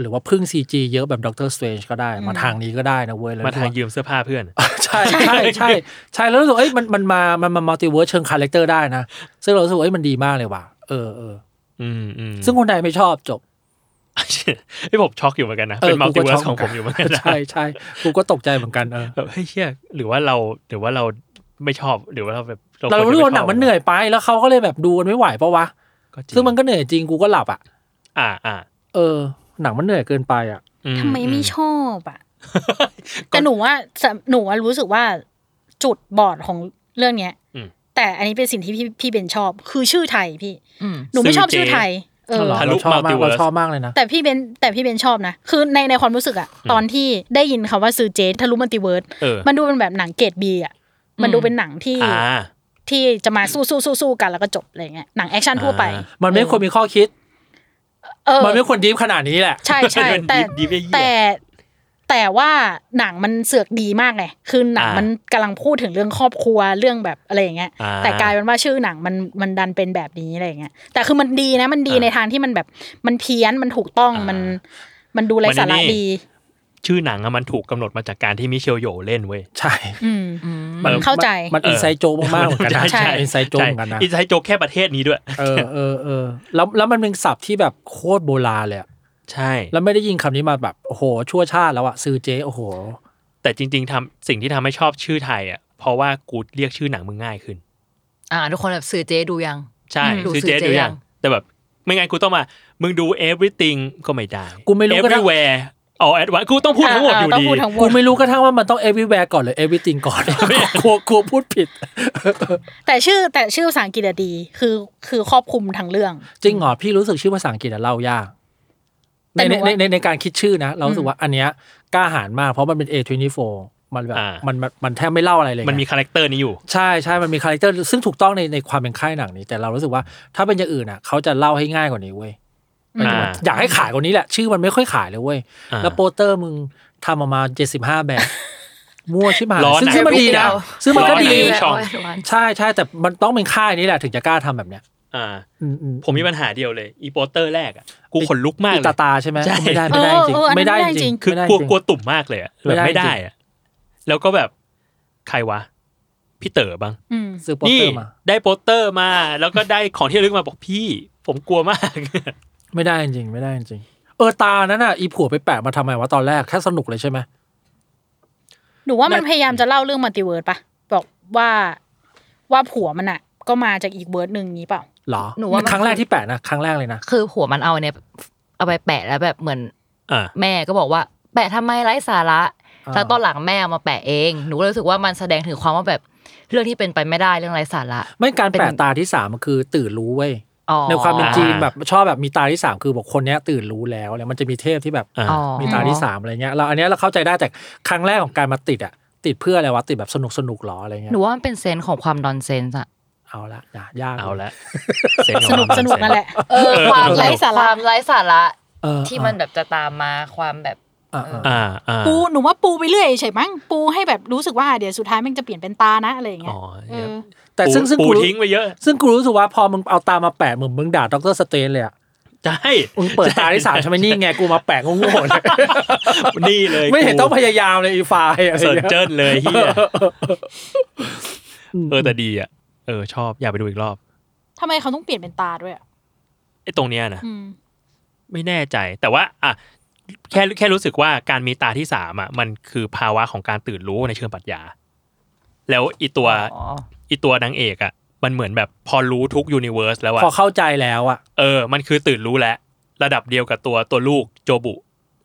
D: หรือว่าพึ่งซีจีเยอะแบบด็อกเตอร์สเตรนจ์ก็ได้ มาทางนี้ก็ได้นะเว้ยแล้ว
B: มาทางยืม
D: รู้สึกว่
B: เสื้อผ้าเพื่อน
D: ใช่ใช่ ใช่ใช่แล้วรู้สึกเอ้ยมันมันมามันมามัลติเวิร์สเชิงคาแรคเตอร์ได้นะซึ่งเรารู้สึกว่าเอ้ยมันดีมากเลยว่ะเออเออ
B: อืมอืม
D: ซึ่งคนไทยไม่ชอบจบ
B: ไอ้ยผมช็ อกอยู่เหมือนกันนะ
D: เออ
B: เป็นมัลติเวิร์
D: กูก็
B: ส
D: ช็อก
B: ของผมอยู่เหมือนกันนะ
D: ใช่ใช่กูก็ตกใจเหมือนกันเออ
B: แบบเฮ้ยเชี่ยหรือว่าเราหรือว่าเรา ไม่ชอบหรือว่าเราแบบ
D: เรา
B: ควจะ
D: รู้ว่าห
B: ไช
D: นั
B: บ
D: งมันเหนื่อยไป แล้วเขาก็เลยแบบดูกันไม่ไหวปะวะ
B: ก็จริ
D: ซึ่งมันก็เหนื่อยจริงกูก็หลับอ่ะ
B: อ่าอ่า
D: เออ หนังมันเหนื่อยเกินไปอ่ะ
B: อื
E: ทำไมไม่ชอบอ่ะ แต่หนูว่าสำหนูว่ารู้สึกว่าจุดบอดของเรื่องเนี้ย
B: อืม
E: แต่อันนี้เป็นสิ่งที่พี่พี่เบนชอบ คือชื่อไทยพี่
C: อืม
E: หนูไม่ชอบ
B: ชื่
E: ชื่
B: อ
E: อ
B: เจ๊
E: ไทย เออ
B: ทะลุ
D: เราชอบมาก
B: multiverse
D: เราชอบมากเลยนะ
E: แต่พี่เบนแต่พี่เบนชอบนะ คือในในความรู้สึกอะตอนที่ได้ยินคำว่าซื้อเจทะลุมัลติเวิร์ส
B: เออ
E: มันดูเป็นแบบหนังเกรดบีอะมันดูเป็นหนังที่
B: อ่า
E: ที่จะมาสู้สู้สู้สู้กันแล้วก็จบอะไรเงี้ยหนังแอคชั่นทั่วไป
B: อ่า
D: มันไม่ควรมีข้อคิด
E: เออ
D: มันไม่ควรดีฟขนาดนี้แหละ
E: ใช่ใช่
B: มัน
E: แต่
B: ดีดีไม่เหี้ย
E: แต่แต่ว่าหนังมันเสือกดีมากไงคือหนัง
B: อ่ามั
E: มันกำลังพูดถึงเรื่องครอบครัวเรื่องแบบอะไรอย่างเงี้ย
B: อ่า
E: แต่กลายเป็นว่าชื่อหนังมันมันดันเป็นแบบนี้อะไรอย่างเงี้ยแต่คือมันดีนะมันดี
B: อ่า
E: ในทางที่มันแบบมันเพี้ยนมันถูกต้อง
B: อ่ามั
E: มัน มันดูไร
B: มัน
E: สาระ
B: นี่
E: ดี
B: ชื่อหนังอะมันถูกกำหนดมาจากการที่มิเชลโยเล่นเว้ย
D: ใช่
E: อืม
B: มัน
E: เข้าใจ
D: มันอินไซโจมากๆเหมือนกันนะ
E: ใช่
D: อินไซโจเหมือนกันนะ
B: อินไซโจแค่ประเทศนี้ด้วย
D: เออเออเออแล้วแล้วมันเป็นศัพท์ที่แบบโคตรโบราณเลยอะ
B: ใช่
D: แล้วไม่ได้ยินคำนี้มาแบบโอ้โห ชั่วชาติแล้วอะซื้อเจโอ้โห
B: แต่จริง ๆทำสิ่งที่ทำให้ชอบชื่อไทยอ่ะเพราะว่ากูเรียกชื่อหนังมึงง่ายขึ้น
C: อ่าทุกคนแบบสื่อเจดูยัง
B: ใช่
C: อืม
B: ซื้อเจ๊
C: ดูซื้อเจ๊
B: ดู
C: ยั
B: ยัง
C: ง
B: แต่แบบไม่งั้นกูต้องมา มึงดู everything ก็ไม่ได้
D: กูไม่รู้ก็ได้
B: everywhere อ๋อแอดวานกูต้องพูดทั้งหมดอยู่
E: ต้
B: ดี
E: พูดทั้งหม
D: กู
E: ด
D: ไม่รู้กระทั่งว่ามันต้อง everywhere ก่อนหรือ everything ก่อน กลัวกลัวพูดผิด
E: แต่ชื่อแต่ชื่อภาษาอังกฤษอะดี คือคือครอบคลุมทั้งเรื่อง
D: จริงเหรอพี่รู้สึกชื่อภาษาอังกฤษอะเล่ายาก
E: แต่
D: ใน
E: หนู
D: ใน
E: ว่า
D: ในในการคิดชื่อนะ เรารู้สึกว่าอันเนี้ยกล้าหาญมากเพราะมันเป็น A24 มันแบบ
B: อ่ามั
D: มันมันมันแทบไม่เล่าอะไรเลย
B: มันมี
D: ไง
B: คาแรคเตอร์นี้อยู่
D: ใช่ใช่มันมีคาแรคเตอร์ซึ่งถูกต้องในในความเป็นค่ายหนังนี้แต่เรารู้สึกว่าถ้าเป็นอย่างอื่นอ่ะเขาจะเล่าให้ง่ายกว่านี้เว้ย
E: อืม
B: อ่า
D: อยากให้ขายกว่านี้แหละ ชื่อมันไม่ค่อยขายเลยเว้ย
B: อ่า
D: แล้วโปสเตอร์มึงทำออกมาเจ็ดสิบห้าแบบ มั่วชิบหาย
B: ร้อนอะ
D: ซึ่งซึ่งมันดีนะ ซึ่งมันก็
B: ร้อนอะ
D: ดี
B: ช่อง
D: ใช่ใช่แต่มันต้องเป็นค่ายนี้แหละ ถึงจะกล้าทำแบบเนี้ย
B: อ่า
D: อือื
B: ผมมีปัญหาเดียวเลย อีโปสเตอร์แรกอะกูขนลุกมาก
D: อี
B: เลย
D: ตาตาใช่ไหม
B: ใช่
D: ไม่ได้ไม่ได้จริง
E: เออเอออันนั้น
D: ไม่ได้
E: ไม่ได้
D: จ
E: จริ
D: ริง
E: ง
B: คือ
D: ไม่ได้
B: กลัว
D: จริง
B: กลัวตุ่มมากเลยอะแบบ
D: ไม่
B: ไม่
D: ได้
B: ได้
D: จริง
B: อะแล้วก็แบบใครวะ พี่เต๋อบ้าง
E: อืม
D: ซื้อโปส
B: นี่
D: เตอร์มา
B: ได้โปสเตอร์มา แล้วก็ได้ของที่ระลึกมาบอกพี่ ผมกลัวมาก
D: ไม่ได้จริงไม่ได้จริงเออตานั้นน่ะอีผัวไปแปะมาทำไมวะตอนแรกแค่สนุกเลยใช่ไหม
E: หนูว่ามันพยายามจะเล่าเรื่องมัลติเวิร์สปะบอกว่าว่าผัวมันอะก็มาจากอีกเวิร์สหนึ่งนี้เปล่า
D: หรอ
C: หนูว่ามัน
D: ครั้งแรกที่แปะนะครั้งแรกเลยนะ
C: คือหัวมันเอาเนี่ยเอาไปแปะแล้วแบบเหมือน
B: อ่า
C: แม่ก็บอกว่า แปะทำไมไร้สาระ
D: า
C: แล้วตอนหลังแม่เอามาแปะเอง หนูก็เลยรู้สึกว่ามันแสดงถึงความว่าแบบเรื่องที่เป็นไปไม่ได้เรื่องไร้สาระ
D: ไม่การ
C: เป็น
D: แปะตาที่สามมันคือตื่นรู้เว้ย
C: อ๋อ
D: ในความเป็น
B: อ่า
D: จีนแบบชอบแบบมีตาที่สามคือบอกคนเนี้ยตื่นรู้แล้วแล้วมันจะมีเทพที่แบบ
B: อ่า
C: อ๋อ
D: มีตาที่สามอะไรเงี้ยเราอันเนี้ยเราเข้าใจได้แต่ครั้งแรกของการมาติดอะติดเพื่ออะไรวะติดแบบสนุกสนุกๆหรออะไรเงี้ย
C: หนูว่ามันเป็นเซนส์ของความดอนเซนส์อะ
D: เอาละนะยาก
B: เอาละ
E: สนุกสนุกนั่นแหละ
C: เออความไร้สาระความไร้สาระ
D: เออ
C: ที่มันแบบจะตามมาความแบบ
D: เออเออเออ
B: อ่าอ่า
E: ปูหนูว่าปูไปเรื่อยเฉยมั้งปูให้แบบรู้สึกว่าเดี๋ยวสุดท้ายมันจะเปลี่ยนเป็นตานะอะไรอย่างเงี้
B: อ๋
E: ย
B: อ
E: เอ
B: เดี๋ยว
E: อ
D: แต่ซึ่งซึ่ง
B: ปู
D: กูรู้
B: ทิ้งไปเยอะ
D: ซึ่งกูรู้สึกว่าพอมึงเอาตามาแปะมึงมึงด่าดรสเตนเลยอะ
B: ใช่
D: มึงเปิดตาที่สามใช่ไหมนี่ไงกูมาแปะงงๆเลย
B: นี่เลย
D: ไม่เห็น
B: กู
D: ต้องพยายามเลยอีฟายอะไร
B: เซิร์น
D: เงี้ย
B: เจิ้นเลยเฮียเออแต่ดีอ่ะเออ ชอบอยากไปดูอีกรอบ
E: ทำไมเขาต้องเปลี่ยนเป็นตาด้วยอะ
B: ไอ้ตรงเนี้ยนะ
E: อืม
B: ไม่แน่ใจ แต่ว่า อ่ะแค่แค่รู้สึกว่าการมีตาที่สามอ่ะมันคือภาวะของการตื่นรู้ในเชิงปรัชญา แล้วอีตัว
C: อ๋อ
B: อีตัวนางเอกอ่ะ มันเหมือนแบบพอรู้ทุกยูนิเวอร์สแล้วอ่ะ
D: พอเข้าใจแล้วอะ
B: เออมันคือตื่นรู้แล้วระดับเดียวกับตัวตัวลูกโจบุ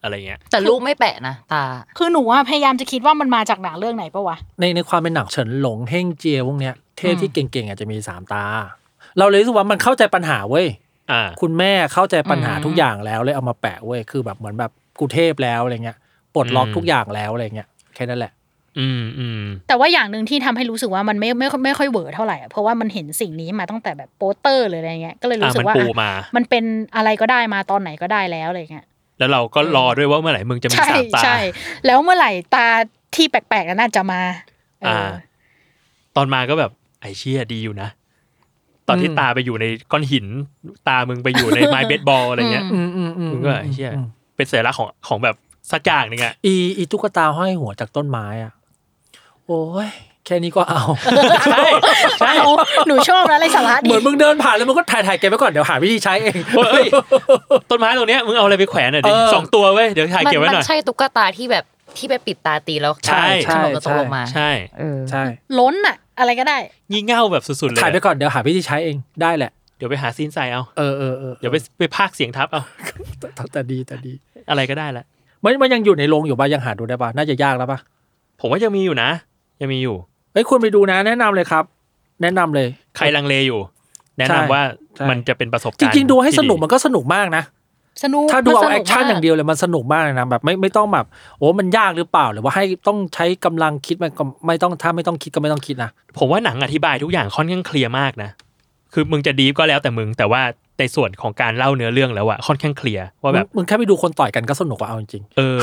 B: อะไรเงี้ย
C: แต่ลูกไม่แปะนะตา
E: คือหนูว่าพยายามจะคิดว่ามันมาจากหนังเรื่องไหนปะวะ
D: ในในความเป็นหนังเฉินหลงเฮ่งเจียพวกเนี้ยเทพที่
C: อืม
D: เก่งๆอาจจะมีสามตา เราเลยรู้สึกว่ามันเข้าใจปัญหาเว้ย
B: อ่า
D: คุณแม่เข้าใจปัญหา
C: อืม
D: ทุกอย่างแล้วเลยเอามาแปะเว้ยคือแบบเหมือนแบบกูเทพแล้วอะไรเงี้ยปลดล็อก
B: อืม
D: ทุกอย่างแล้วอะไรเงี้ยแค่นั้นแหละ
B: อืมอืม
E: แต่ว่าอย่างหนึ่งที่ทำให้รู้สึกว่ามันไม่ไม่ไม่ค่อยเวอร์เท่าไหร่อะเพราะว่ามันเห็นสิ่งนี้มาตั้งแต่แบบโปสเตอร์หรืออะไรเงี้ยก็เลย
B: อ่ะ
E: รู้สึ
B: มั
E: ก
B: น
E: ว่า
B: ปู
E: อ่ะ
B: มา
E: มันเป็นอะไรก็ได้มาตอนไหนก็ได้แล้วอะไรเงี้ย
B: แล้วเราก็รอด้วยว่าเมื่อไหร่มึงจะมี
E: ใช่
B: สามตา
E: ใช่ แล้วเมื่อไหร่ตาที่แปลกๆนั้นน่าจะมาเออ
B: อ่า
E: อ
B: ตอนมาก็แบบไอเชี่ยดีอยู่นะ ตอนที่
D: อืม
B: ตาไปอยู่ในก้อนหิน ตามึงไปอยู่ ในไม้เบสบอลอะไรเงี้ย
C: อื
D: อืมอืมอืม
B: มึงก็ไอ้เชี่ยเป็นสัญลักษณ์ของของแบบสักอย่างหนึ่งอะ
D: อีอีตุ๊กตาห้อยหัวจากต้นไม้อ่ะโอ้ยแค่นี้ก็เอา
B: ใช่ใช่
E: เอาหนูชอบนะอะไรสาระ
D: เห
E: ดี
D: มือนมึงเดินผ่านแล้วมึงก็ถ่ายถ่ายเก็บไว้ก่อนเดี๋ยวหาวิธีใช้เอง
B: เฮ้ยต้นไม้ตรงเนี้ยมึงเอาอะไรไปแขวนหน่อยดิ
D: เออ
B: สองตัวเว้ยเดี๋ยวถ่ายเก็บไว้
C: มั
B: หน่อย
C: ใช่ตุ๊กตาที่แบบที่ไปปิดตาตีแล้ว
B: ใช่
C: ใช่ไหมมันก็ตกลงมา
B: ใช่
C: เออ
D: ใช่
E: ล้นอ่ะ อะไรก็ได้
B: งี่เง่าแบบสุดๆเลย
D: ถ่ายไป
B: อะ
D: ก่อนเดี๋ยวหาวิธีใช้เองได้แหละ
B: เดี๋ยวไปหาซีนใส่เอา
D: เออเออเออ
B: เดี๋ยวไปไปพากย์เสียงทับเอา
D: แต่แต่แต่ดีแต่ดี
B: อะไรก็ได้ละ
D: มันมันยังอยู่ในโรงอยู่ป่ะยังหาดูได้ป่ะน่าจะยากแล้วป่ะ
B: ผมว่ายังมีอยู่นะ ยังมีอยู่
D: เฮ้ยคุณไปดูนะ แนะนำเลยครับ แนะนำเลย
B: ใครลังเลอยู่ แนะนำว่า
D: ใช่
B: มันจะเป็นประสบ
D: จ
B: การณ์
D: ริง ๆ ดูให้สนุกมัน
B: ที่
D: ก็สนุกมากนะ
E: สนุก
D: ถ้าดู
E: มั
D: เอา
E: ส
D: แอค
E: นุก
D: ชั่น
E: มก
D: อย่างเดียวเลยมันสนุกมากเลยนะแบบไม่ไม่ต้องแบบโอ้มันยากหรือเปล่าหรือว่าให้ต้องใช้กำลังคิดมันก็ไม่ต้องถ้าไม่ต้องคิดก็ไม่ต้องคิดนะ
B: ผมว่าหนังอธิบายทุกอย่างค่อนข้างเคลียร์มากนะ คือมึงจะดีฟก็แล้วแต่มึง แต่ว่าในส่วนของการเล่าเนื้อเรื่องแล้วอะค่อนข้างเคลียร์ว่าแบบ
D: มึงมึงแค่ไปดูคนต่อยกันก็สนุกกว่าเอาจริง
B: เออ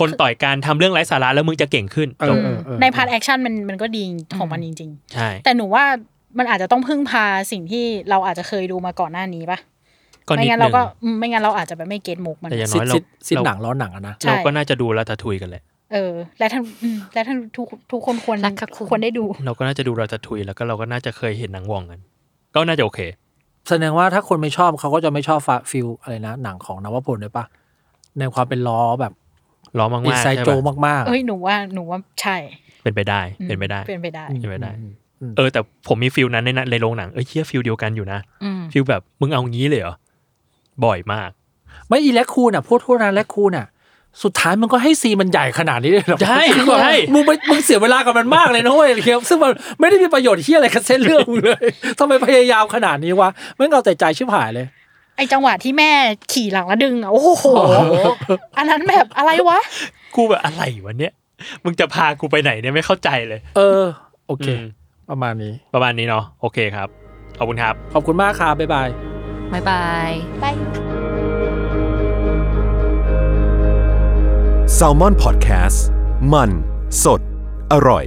B: คนต่อยการทำเรื่องไร้สาระแล้วมึงจะเก่งขึ้น
D: ๆเอ
B: จ
D: อบ เออเออ
E: ในพาร์ทแอคชั่นมันมันก็ดีของมันจริง
B: ใช่
E: ๆ แต่หนูว่ามันอาจจะต้องพึ่งพาสิ่งที่เราอาจจะเคยดูมาก่อนหน้านี้ปะ
B: ก็
E: ไม่
B: นิด
E: งั้น
B: นึ
E: เรา
B: ง
E: ก็อืมไม่งั้นเราอาจจะแบบไม่เก็ตมุกมัน
B: แต่อย่าง
D: ซิ
B: น้อยเรา
D: ดซิดหนั
B: เรา
D: งล้อหนังอะนะ
E: ใช่
B: เราก็น่าจะดูลาตาทุยกันแหละ
E: เออ และท่านอืมและท่านทุกทุกคนควร
C: รักกับคุณ
E: ควรได้ดู
B: เราก็น่าจะดูลาตาทุยแล้วก็เราก็น่าจะเคยเห็นหนังวองกัน ก็น่าจะโอเค
D: แสดงว่าถ้าคนไม่ชอบเขาก็จะไม่ชอบฟาฟิลอะไรนะ หนังของนวพลด้วยปะในความเป็นล้อแบบ
B: ร้องมา
D: อิน
B: กๆ
D: ไซ
B: ใช่
D: โจ
B: ปะ
D: มากๆ
E: เอ้ยหนูว่าหนูว่าใช่
B: เป็นไปได้
E: อืม
B: เป็นไปได้
E: เป็นไปได้
B: เป็นไปได้
D: อืม
B: เออแต่ผมมีฟิลนั้นในในโรงหนังเอ้ยเชี่ยฟิลเดียวกันอยู่นะ
C: อืม
B: ฟิลแบบมึงเอางี้เลยเหรอบ่อยมาก
D: ไม่อีแลคคูน่ะพูดทั่วร้านแลคคูน่ะ สุดท้ายมันก็ให้ซีนมันใหญ่ขนาดนี้เลยเหรอ
B: ใช่ใช่
D: มึงไปมึงเสียเวลากับมันมากเลยนะเว้ยเคียวซึ่งมันไม่ได้มีประโยชน์ที่อะไรกับเส้นเรื่องมึงเลย ทำไมพยายามขนาดนี้วะไม่งเอาแต่ใจชิบหายเลย
E: ไอจังหวะที่แม่ขี่หลังแล้วดึงอ่ะโอ้โห
C: โอ้โห
E: อันนั้นแบบอะไรวะ
B: กูแบบอะไรวะเนี้ยมึงจะพากูไปไหนเนี่ยไม่เข้าใจเลย
D: เออ โอเค
B: ม
D: ประมาณนี้
B: ประมาณนี้เนาะโอเคครับขอบคุณครับ
D: ขอบคุณมากครับบ๊ายบาย
C: บ๊ายบาย
A: s a l ม o n PODCAST มันสดอร่อย